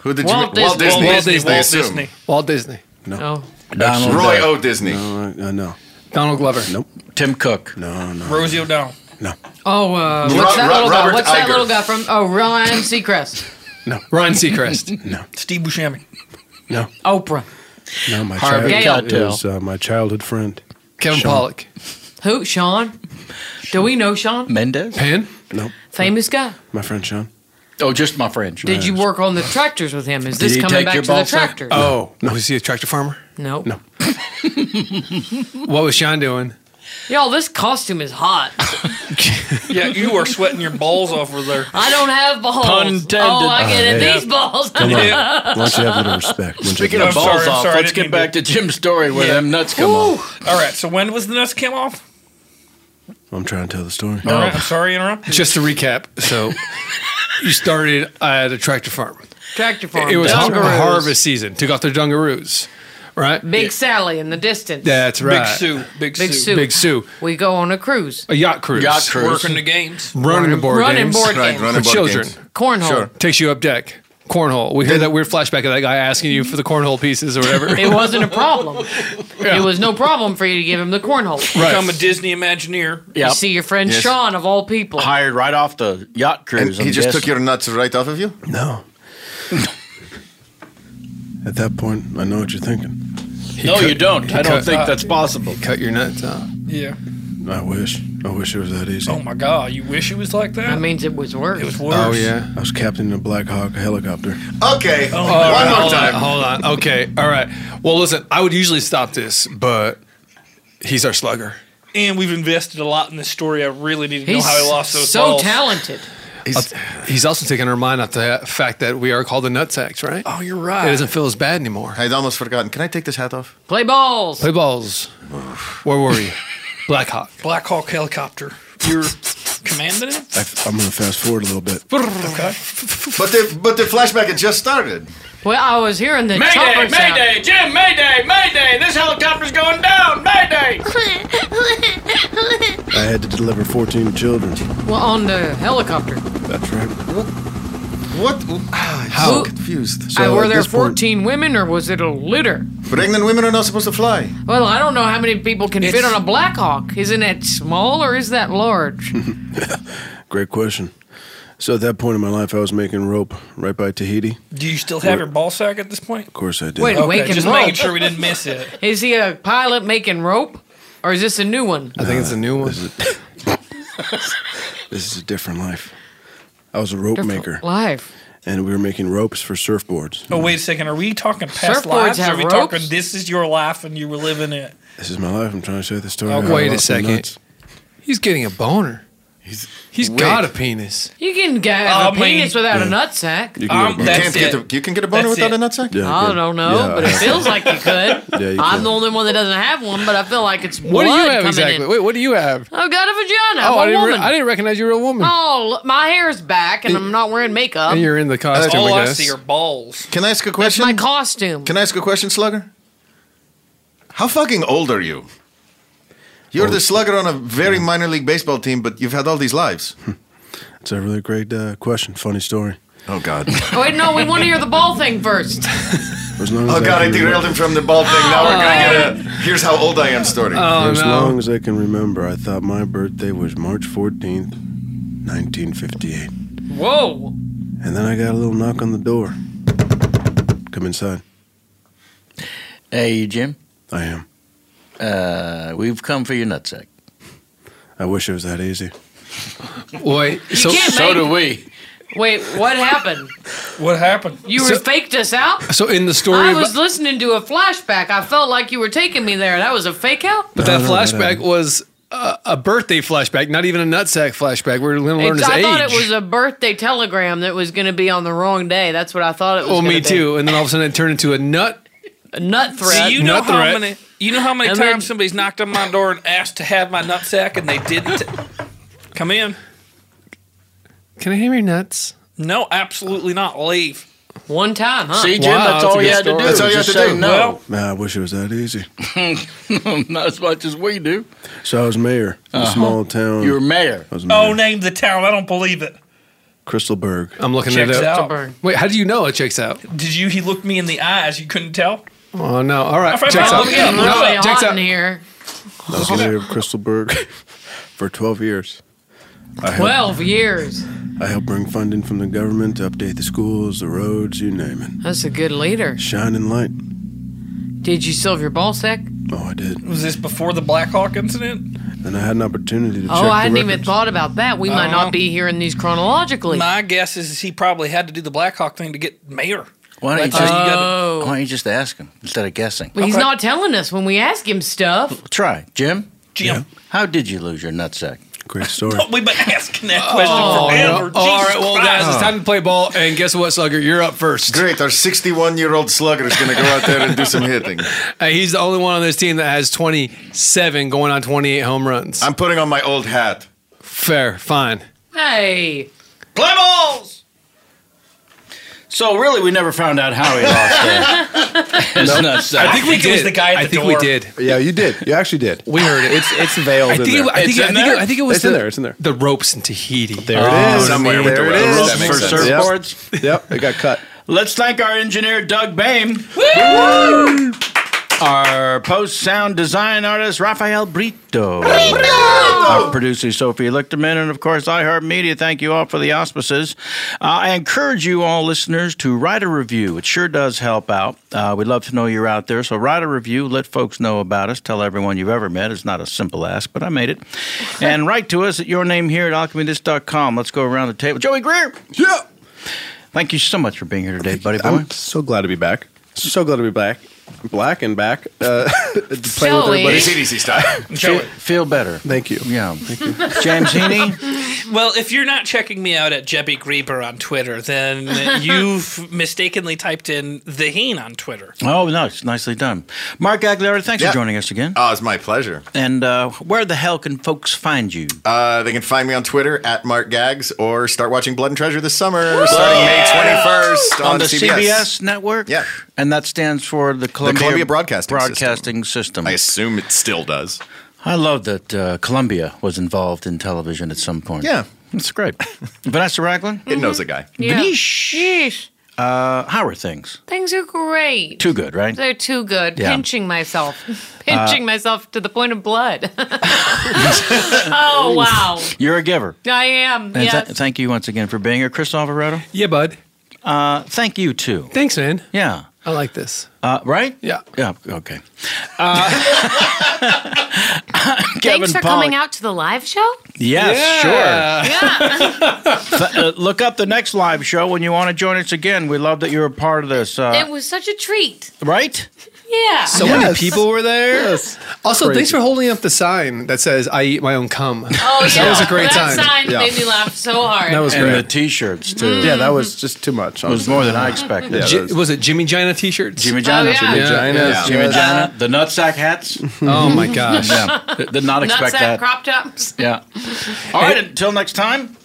S8: Who
S11: did
S13: you Walt meet? Walt Disney. Disney. Walt Disney,
S11: I
S13: Walt
S11: assume.
S13: Disney. Oh.
S5: Walt Disney.
S13: No.
S11: Donald
S8: Roy
S11: Duck.
S8: O. Disney.
S11: No, I, I know.
S5: Donald Glover.
S11: Nope.
S4: Tim Cook.
S11: No, no.
S19: Rosie O'Donnell.
S13: Oh, uh,
S11: Ro-
S13: what's that
S11: Ro-
S13: little guy?
S11: Robert
S13: What's that
S11: Iger.
S13: little guy from? Oh, Ryan Seacrest.
S11: No.
S5: Ryan Seacrest.
S11: no.
S19: Steve Buscemi.
S11: No.
S13: Oprah.
S11: No, my
S13: Harvey
S11: child
S13: Keitel.
S11: it was uh, my childhood friend.
S5: Kevin
S11: Sean.
S5: Pollock.
S13: Who? Sean? Do we know Sean?
S4: Mendez.
S5: Penn.
S11: Nope.
S13: Famous guy.
S11: My friend Sean.
S4: Oh, just my friend.
S13: Did you work on the tractors with him? Is this coming back to the tractors?
S5: Oh, no. Was he a tractor farmer?
S13: No. No.
S5: what was Sean doing?
S13: Y'all, this costume is hot.
S19: yeah, you are sweating your balls off over there.
S13: I don't have balls.
S19: Pun intended.
S13: Oh, I get it.
S19: Yeah.
S13: These balls.
S11: Come on. Why don't you have a little respect? Why don't you
S4: Speaking
S11: have
S4: of
S11: a
S4: balls
S11: little-
S4: off,
S11: I
S4: let's
S11: didn't
S4: get back to Jim's story where
S11: Yeah.
S4: them nuts come off.
S19: All right, so when was the nuts came off?
S11: I'm trying to tell the story.
S5: Oh.
S19: All right, I'm sorry to interrupt.
S5: Just to recap, so you started at a tractor farm.
S13: Tractor farm.
S5: It was har-
S13: Dungaroos.
S5: harvest season. Took off their dungaroos, right?
S13: Big Sally in the distance.
S5: That's right.
S13: Big
S19: Big Sue.
S13: Sue.
S5: Big Sue.
S13: We go on a cruise.
S5: A yacht cruise.
S19: Yacht cruise. Working the games.
S5: Running the board
S13: Running
S5: games.
S13: board Right, games. running board
S5: for children.
S13: games. Cornhole. Sure.
S5: Takes you up deck. Cornhole. We hear that weird flashback of that guy asking you for the cornhole pieces or whatever.
S13: It wasn't a problem. It was no problem for you to give him the cornhole.
S19: Become a Disney Imagineer.
S13: You see your friend
S8: Yes.
S13: Sean, of all people.
S4: Hired right off the yacht
S8: And
S4: cruise.
S8: he just took your nuts right off of you?
S11: No. At that point, I know what you're thinking.
S4: No, you don't. I don't
S13: Uh,
S4: think
S11: that.
S4: that's possible.
S5: Cut your nuts off.
S19: Yeah.
S11: I wish. I wish it was that easy.
S19: Oh my God, you wish it was like that? That
S13: means it was worse.
S19: It was worse.
S11: Oh yeah. I was captain in a Black Hawk helicopter.
S8: Okay.
S5: One
S8: one more
S5: hold
S8: time.
S5: On, hold on. Okay. All right. Well, listen, I would usually stop this, but he's our slugger.
S19: And we've invested a lot in this story. I really need to know how he lost those balls.
S13: talented.
S5: He's, also taking our mind off the fact that we are called the nutsacks, right? Oh, you're
S8: right.
S5: It doesn't feel as bad anymore.
S8: I'd almost forgotten. Can I take this hat off?
S13: Play balls.
S5: Play balls. Where were you? Black Hawk.
S19: Black Hawk helicopter. You're commanded it?
S11: I, am going to fast forward a little bit.
S8: Okay. But the but the flashback had just started.
S13: Well, I was hearing the
S20: Mayday,
S13: chopper sound.
S20: Mayday, Jim, Mayday, Mayday! This helicopter's going down, Mayday!
S11: I had to deliver 14 children.
S13: Well, on the helicopter.
S11: That's right.
S8: What?
S13: How
S8: confused?
S13: I, were
S8: at
S13: there
S8: this point-
S13: 14 women or was it a litter?
S8: Pregnant women are not supposed to fly.
S13: Well, I don't know how many people can fit
S8: It's-
S13: on a Blackhawk. Isn't it small or is that large?
S11: Great question. So at that point in my life, I was making rope right by Tahiti.
S19: Do you still have your ball sack at this point?
S11: Of course I did.
S13: Wait,
S19: Okay,
S13: wake and
S19: just
S13: roll.
S19: making sure we didn't miss it.
S13: Is he a pilot making rope or is this a new one?
S11: I think it's a new one. This is a, this is a different life. I was a rope
S19: Different
S11: maker.
S13: Life.
S11: And we were making ropes for surfboards.
S19: Oh, wait a second. Are we talking past
S13: Surfboards
S19: lives?
S13: have
S19: Are we
S13: ropes?
S19: talking this is your life and you were living it?
S11: This is my life. I'm trying to say the story.
S5: Oh,
S11: how I
S5: wait a
S11: lost my
S5: second.
S11: nuts.
S5: He's getting a boner. He's
S11: Wait.
S5: got a penis.
S13: You can get
S5: I
S13: a
S5: mean-
S13: penis without a
S5: Yeah.
S13: nut sack.
S5: You can get a Um, boner. that's it.
S8: you can get a
S5: boner without a
S8: nut sack?
S5: Yeah,
S13: I
S5: good.
S13: don't know,
S5: Yeah,
S13: but it
S5: I-
S13: feels like you could.
S5: Yeah, you
S13: I'm
S5: could.
S13: the only one that doesn't have one, but I feel like it's
S5: What
S13: blood
S5: do you have
S13: coming
S5: exactly?
S13: in.
S5: Wait, what do you have?
S13: I've got a vagina.
S5: oh, I
S13: I'm a
S5: didn't, re-
S13: woman.
S5: I didn't recognize you were a woman.
S13: Oh, look, my hair's back, and I'm not wearing makeup.
S5: And you're in the costume,
S8: All
S5: I
S8: I
S5: guess.
S8: see are
S19: balls.
S8: Can I ask a question?
S13: my costume.
S8: Can I ask a question, Slugger? How fucking old are you? You're the slugger on a very minor league baseball team, but you've had all these lives.
S11: It's a really great uh, question. Funny story.
S8: Oh, God.
S13: Oh, wait, no, we want to hear the ball thing first.
S11: As long as
S8: Oh, God, I
S11: can
S8: derailed
S11: remember-
S8: him from the ball thing. Now we're going to
S4: Oh.
S8: get a here's how old I am story.
S11: For as long as I can remember, I thought my birthday was March 14th, 1958.
S13: Whoa.
S11: And then I got a little knock on the door. Come inside.
S4: Hey, Jim.
S11: I am.
S4: Uh, we've come for your nutsack.
S11: I wish it was that easy.
S5: Wait,
S13: so- can't
S4: so
S13: make-
S4: do we.
S13: Wait, what happened?
S19: What happened?
S13: You
S5: So-
S13: faked us out?
S5: So in the story,
S13: I
S5: about-
S13: was listening to a flashback. I felt like you were taking me there. That was a fake out?
S5: but that flashback was a, a birthday flashback, not even a nutsack flashback. We're going to learn
S13: It's-
S5: his
S13: I
S5: age.
S13: thought it was a birthday telegram that was going to be on the wrong day. That's what I thought it was.
S5: well,
S13: gonna
S5: Oh, me
S13: be.
S5: too. And then all of a sudden, it turned into a nut.
S13: A nut
S19: So
S13: threat.
S19: you know
S5: Nut
S19: how
S5: threat.
S19: many you know how many
S13: And
S19: times
S13: then-
S19: somebody's knocked on my door and asked to have my nutsack and they didn't come in?
S5: Can I have your nuts?
S19: No, absolutely not. Leave.
S13: One time, huh?
S4: See, Jim, Wow, that's that's all a you good had to story. do. That's all you Just had to say do. no.
S11: Man, I wish it was that easy.
S4: Not as much as we do.
S11: So I was mayor of a
S4: Uh-huh.
S11: small town.
S4: You were mayor.
S11: I was mayor.
S19: Oh, name the town. I don't believe it.
S11: Crystalberg.
S5: I'm looking
S19: Checks
S5: it up.
S19: out.
S5: Wait, how do you know it checks out?
S19: Did you? He looked me in the eyes. You couldn't tell.
S5: Oh no! All right,
S19: I found
S5: checks
S19: out.
S5: out.
S19: Look at him.
S5: No,
S4: Oh,
S19: Look at him.
S5: checks
S13: Hot
S5: out.
S13: in here.
S11: I was mayor of Crystalberg for 12 years. I helped-
S13: 12 years.
S11: I helped bring funding from the government to update the schools, the roads, you name it.
S13: That's a good leader.
S11: Shining light.
S13: Did you still have your ball sack?
S11: Oh, I did.
S19: Was this before the Black Hawk incident?
S11: And I had an opportunity to check
S13: Oh, I
S11: the
S13: hadn't
S11: record.
S13: even thought about that. We might
S19: Uh-huh.
S13: not be hearing these chronologically.
S19: My guess is he probably had to do the Black Hawk thing to get mayor.
S4: Why don't, you
S19: That's
S4: just,
S19: how you gotta-
S4: why don't you just ask him instead of guessing?
S13: But he's not telling us when we ask him stuff.
S4: Try, Jim.
S19: Jim.
S4: How did you lose your nutsack?
S11: Great story.
S19: We've been asking that question forever.
S5: Oh, all
S19: Jesus
S5: right, well,
S19: Christ.
S5: guys, it's time to play ball. And guess what, Slugger? You're up first.
S8: Great. Our 61 year old Slugger is going to go out there and do some hitting.
S5: Hey, Uh, he's the only one on this team that has 27 going on 28 home runs. I'm
S8: putting on my old hat.
S5: Fair, fine.
S13: Hey.
S19: Play balls!
S4: So really, we never found out how he lost it.
S21: Nope.
S4: nutsack.
S21: I think we did. Yeah, you did. You actually did.
S5: We heard it.
S21: It's it's veiled
S5: I
S21: in
S5: think,
S21: there.
S5: it, I, think,
S21: It's
S5: it- I,
S21: in
S5: think it,
S21: there?
S5: I think it was
S21: it's
S5: the,
S21: in there. It's in there.
S5: the ropes in Tahiti. Oh,
S21: There it is.
S5: Somewhere
S21: there
S5: there
S21: it
S5: it
S21: is.
S5: is.
S21: That makes
S5: For
S21: sense.
S4: surfboards.
S21: Yep. yep, it got cut.
S4: Let's thank our engineer Doug Bame, our post sound design artist Rafael Brito, our producer Sophie Lichterman, and of course iHeartMedia. Thank you all for the auspices. Uh, I encourage you all listeners to write a review. It sure does help out. Uh, we'd love to know you're out there, so write a review. Let folks know about us. Tell everyone you've ever met. It's not a simple ask, but I made it. and write to us at your name here at alchemythis.com. Let's go around the table. Joey Greer.
S21: Yeah.
S4: Thank you so much for being here today, buddy boy.
S21: I'm so glad to be back. So glad to be back.
S9: black and back. Uh, playing with
S8: Joey.
S9: everybody.
S8: CDC style.
S4: Feel, feel better.
S9: Thank you.
S4: Yeah. James Heaney?
S19: Well, if you're not checking me out at Jebby Grieber on Twitter, then you've mistakenly typed in the Heen on Twitter.
S4: Oh, no, it's nicely done. Mark Aguilera, thanks
S19: Yeah.
S4: for joining us again. Oh,
S8: it's my pleasure.
S4: And uh, where the hell can folks find you?
S8: Uh, they can find me on Twitter at Mark Gags or start watching Blood and Treasure this summer, starting May 21st on,
S4: the CBS network?
S8: Yeah.
S4: And that stands for the Columbia,
S8: Columbia Broadcasting System.
S4: Broadcasting System.
S8: I assume it still does.
S4: I love that uh, Columbia was involved in television at some point.
S8: Yeah.
S4: That's great. Vanessa Raglan?
S8: It knows a guy.
S7: Yeah.
S4: Yeesh. Uh, how are things?
S7: Things are great.
S4: Too good, right?
S7: They're too good.
S4: Yeah.
S7: Pinching myself. Pinching myself to the point of blood. oh, wow.
S4: You're a giver.
S7: I am.
S4: And
S7: yes.
S4: th- thank you once again for being here, Chris Alvarado.
S5: Yeah, bud.
S4: Uh, thank you too.
S5: Thanks, man.
S4: Yeah.
S5: I like this.
S4: Uh, right?
S5: Yeah.
S4: Yeah. Okay. Uh,
S7: Thanks for coming out to the live show.
S4: Yes, sure.
S7: Yeah.
S4: Th- uh, look up the next live show when you want to join us again. We love that you're a part of this.
S7: it
S4: Uh,
S7: was such a treat.
S4: right?
S7: Yeah.
S5: So many people were there. Also,
S7: Crazy.
S5: thanks for holding up the sign that says "I eat my own cum."
S7: Oh, yeah.
S5: that was a great
S7: that sign
S5: time.
S7: made me laugh so hard.
S5: That was
S4: and
S5: great.
S4: the T-shirts too.
S5: Yeah, that was
S4: just too much. It was more than I expected.
S5: Ji- was, it Jimmy Gina t-shirts?
S4: Jimmy Jana, Jimmy Jana, Jimmy Jana, the nutsack hats.
S5: Oh, my gosh.
S4: Yeah, did did not expect
S7: Nutsack
S4: that.
S7: crop tops.
S4: Yeah. All right. Until next time.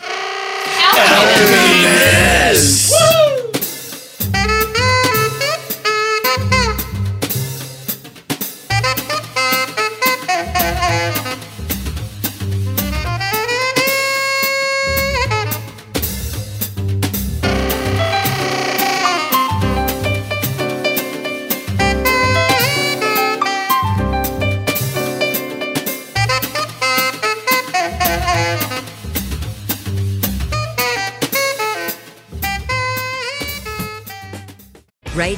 S2: Right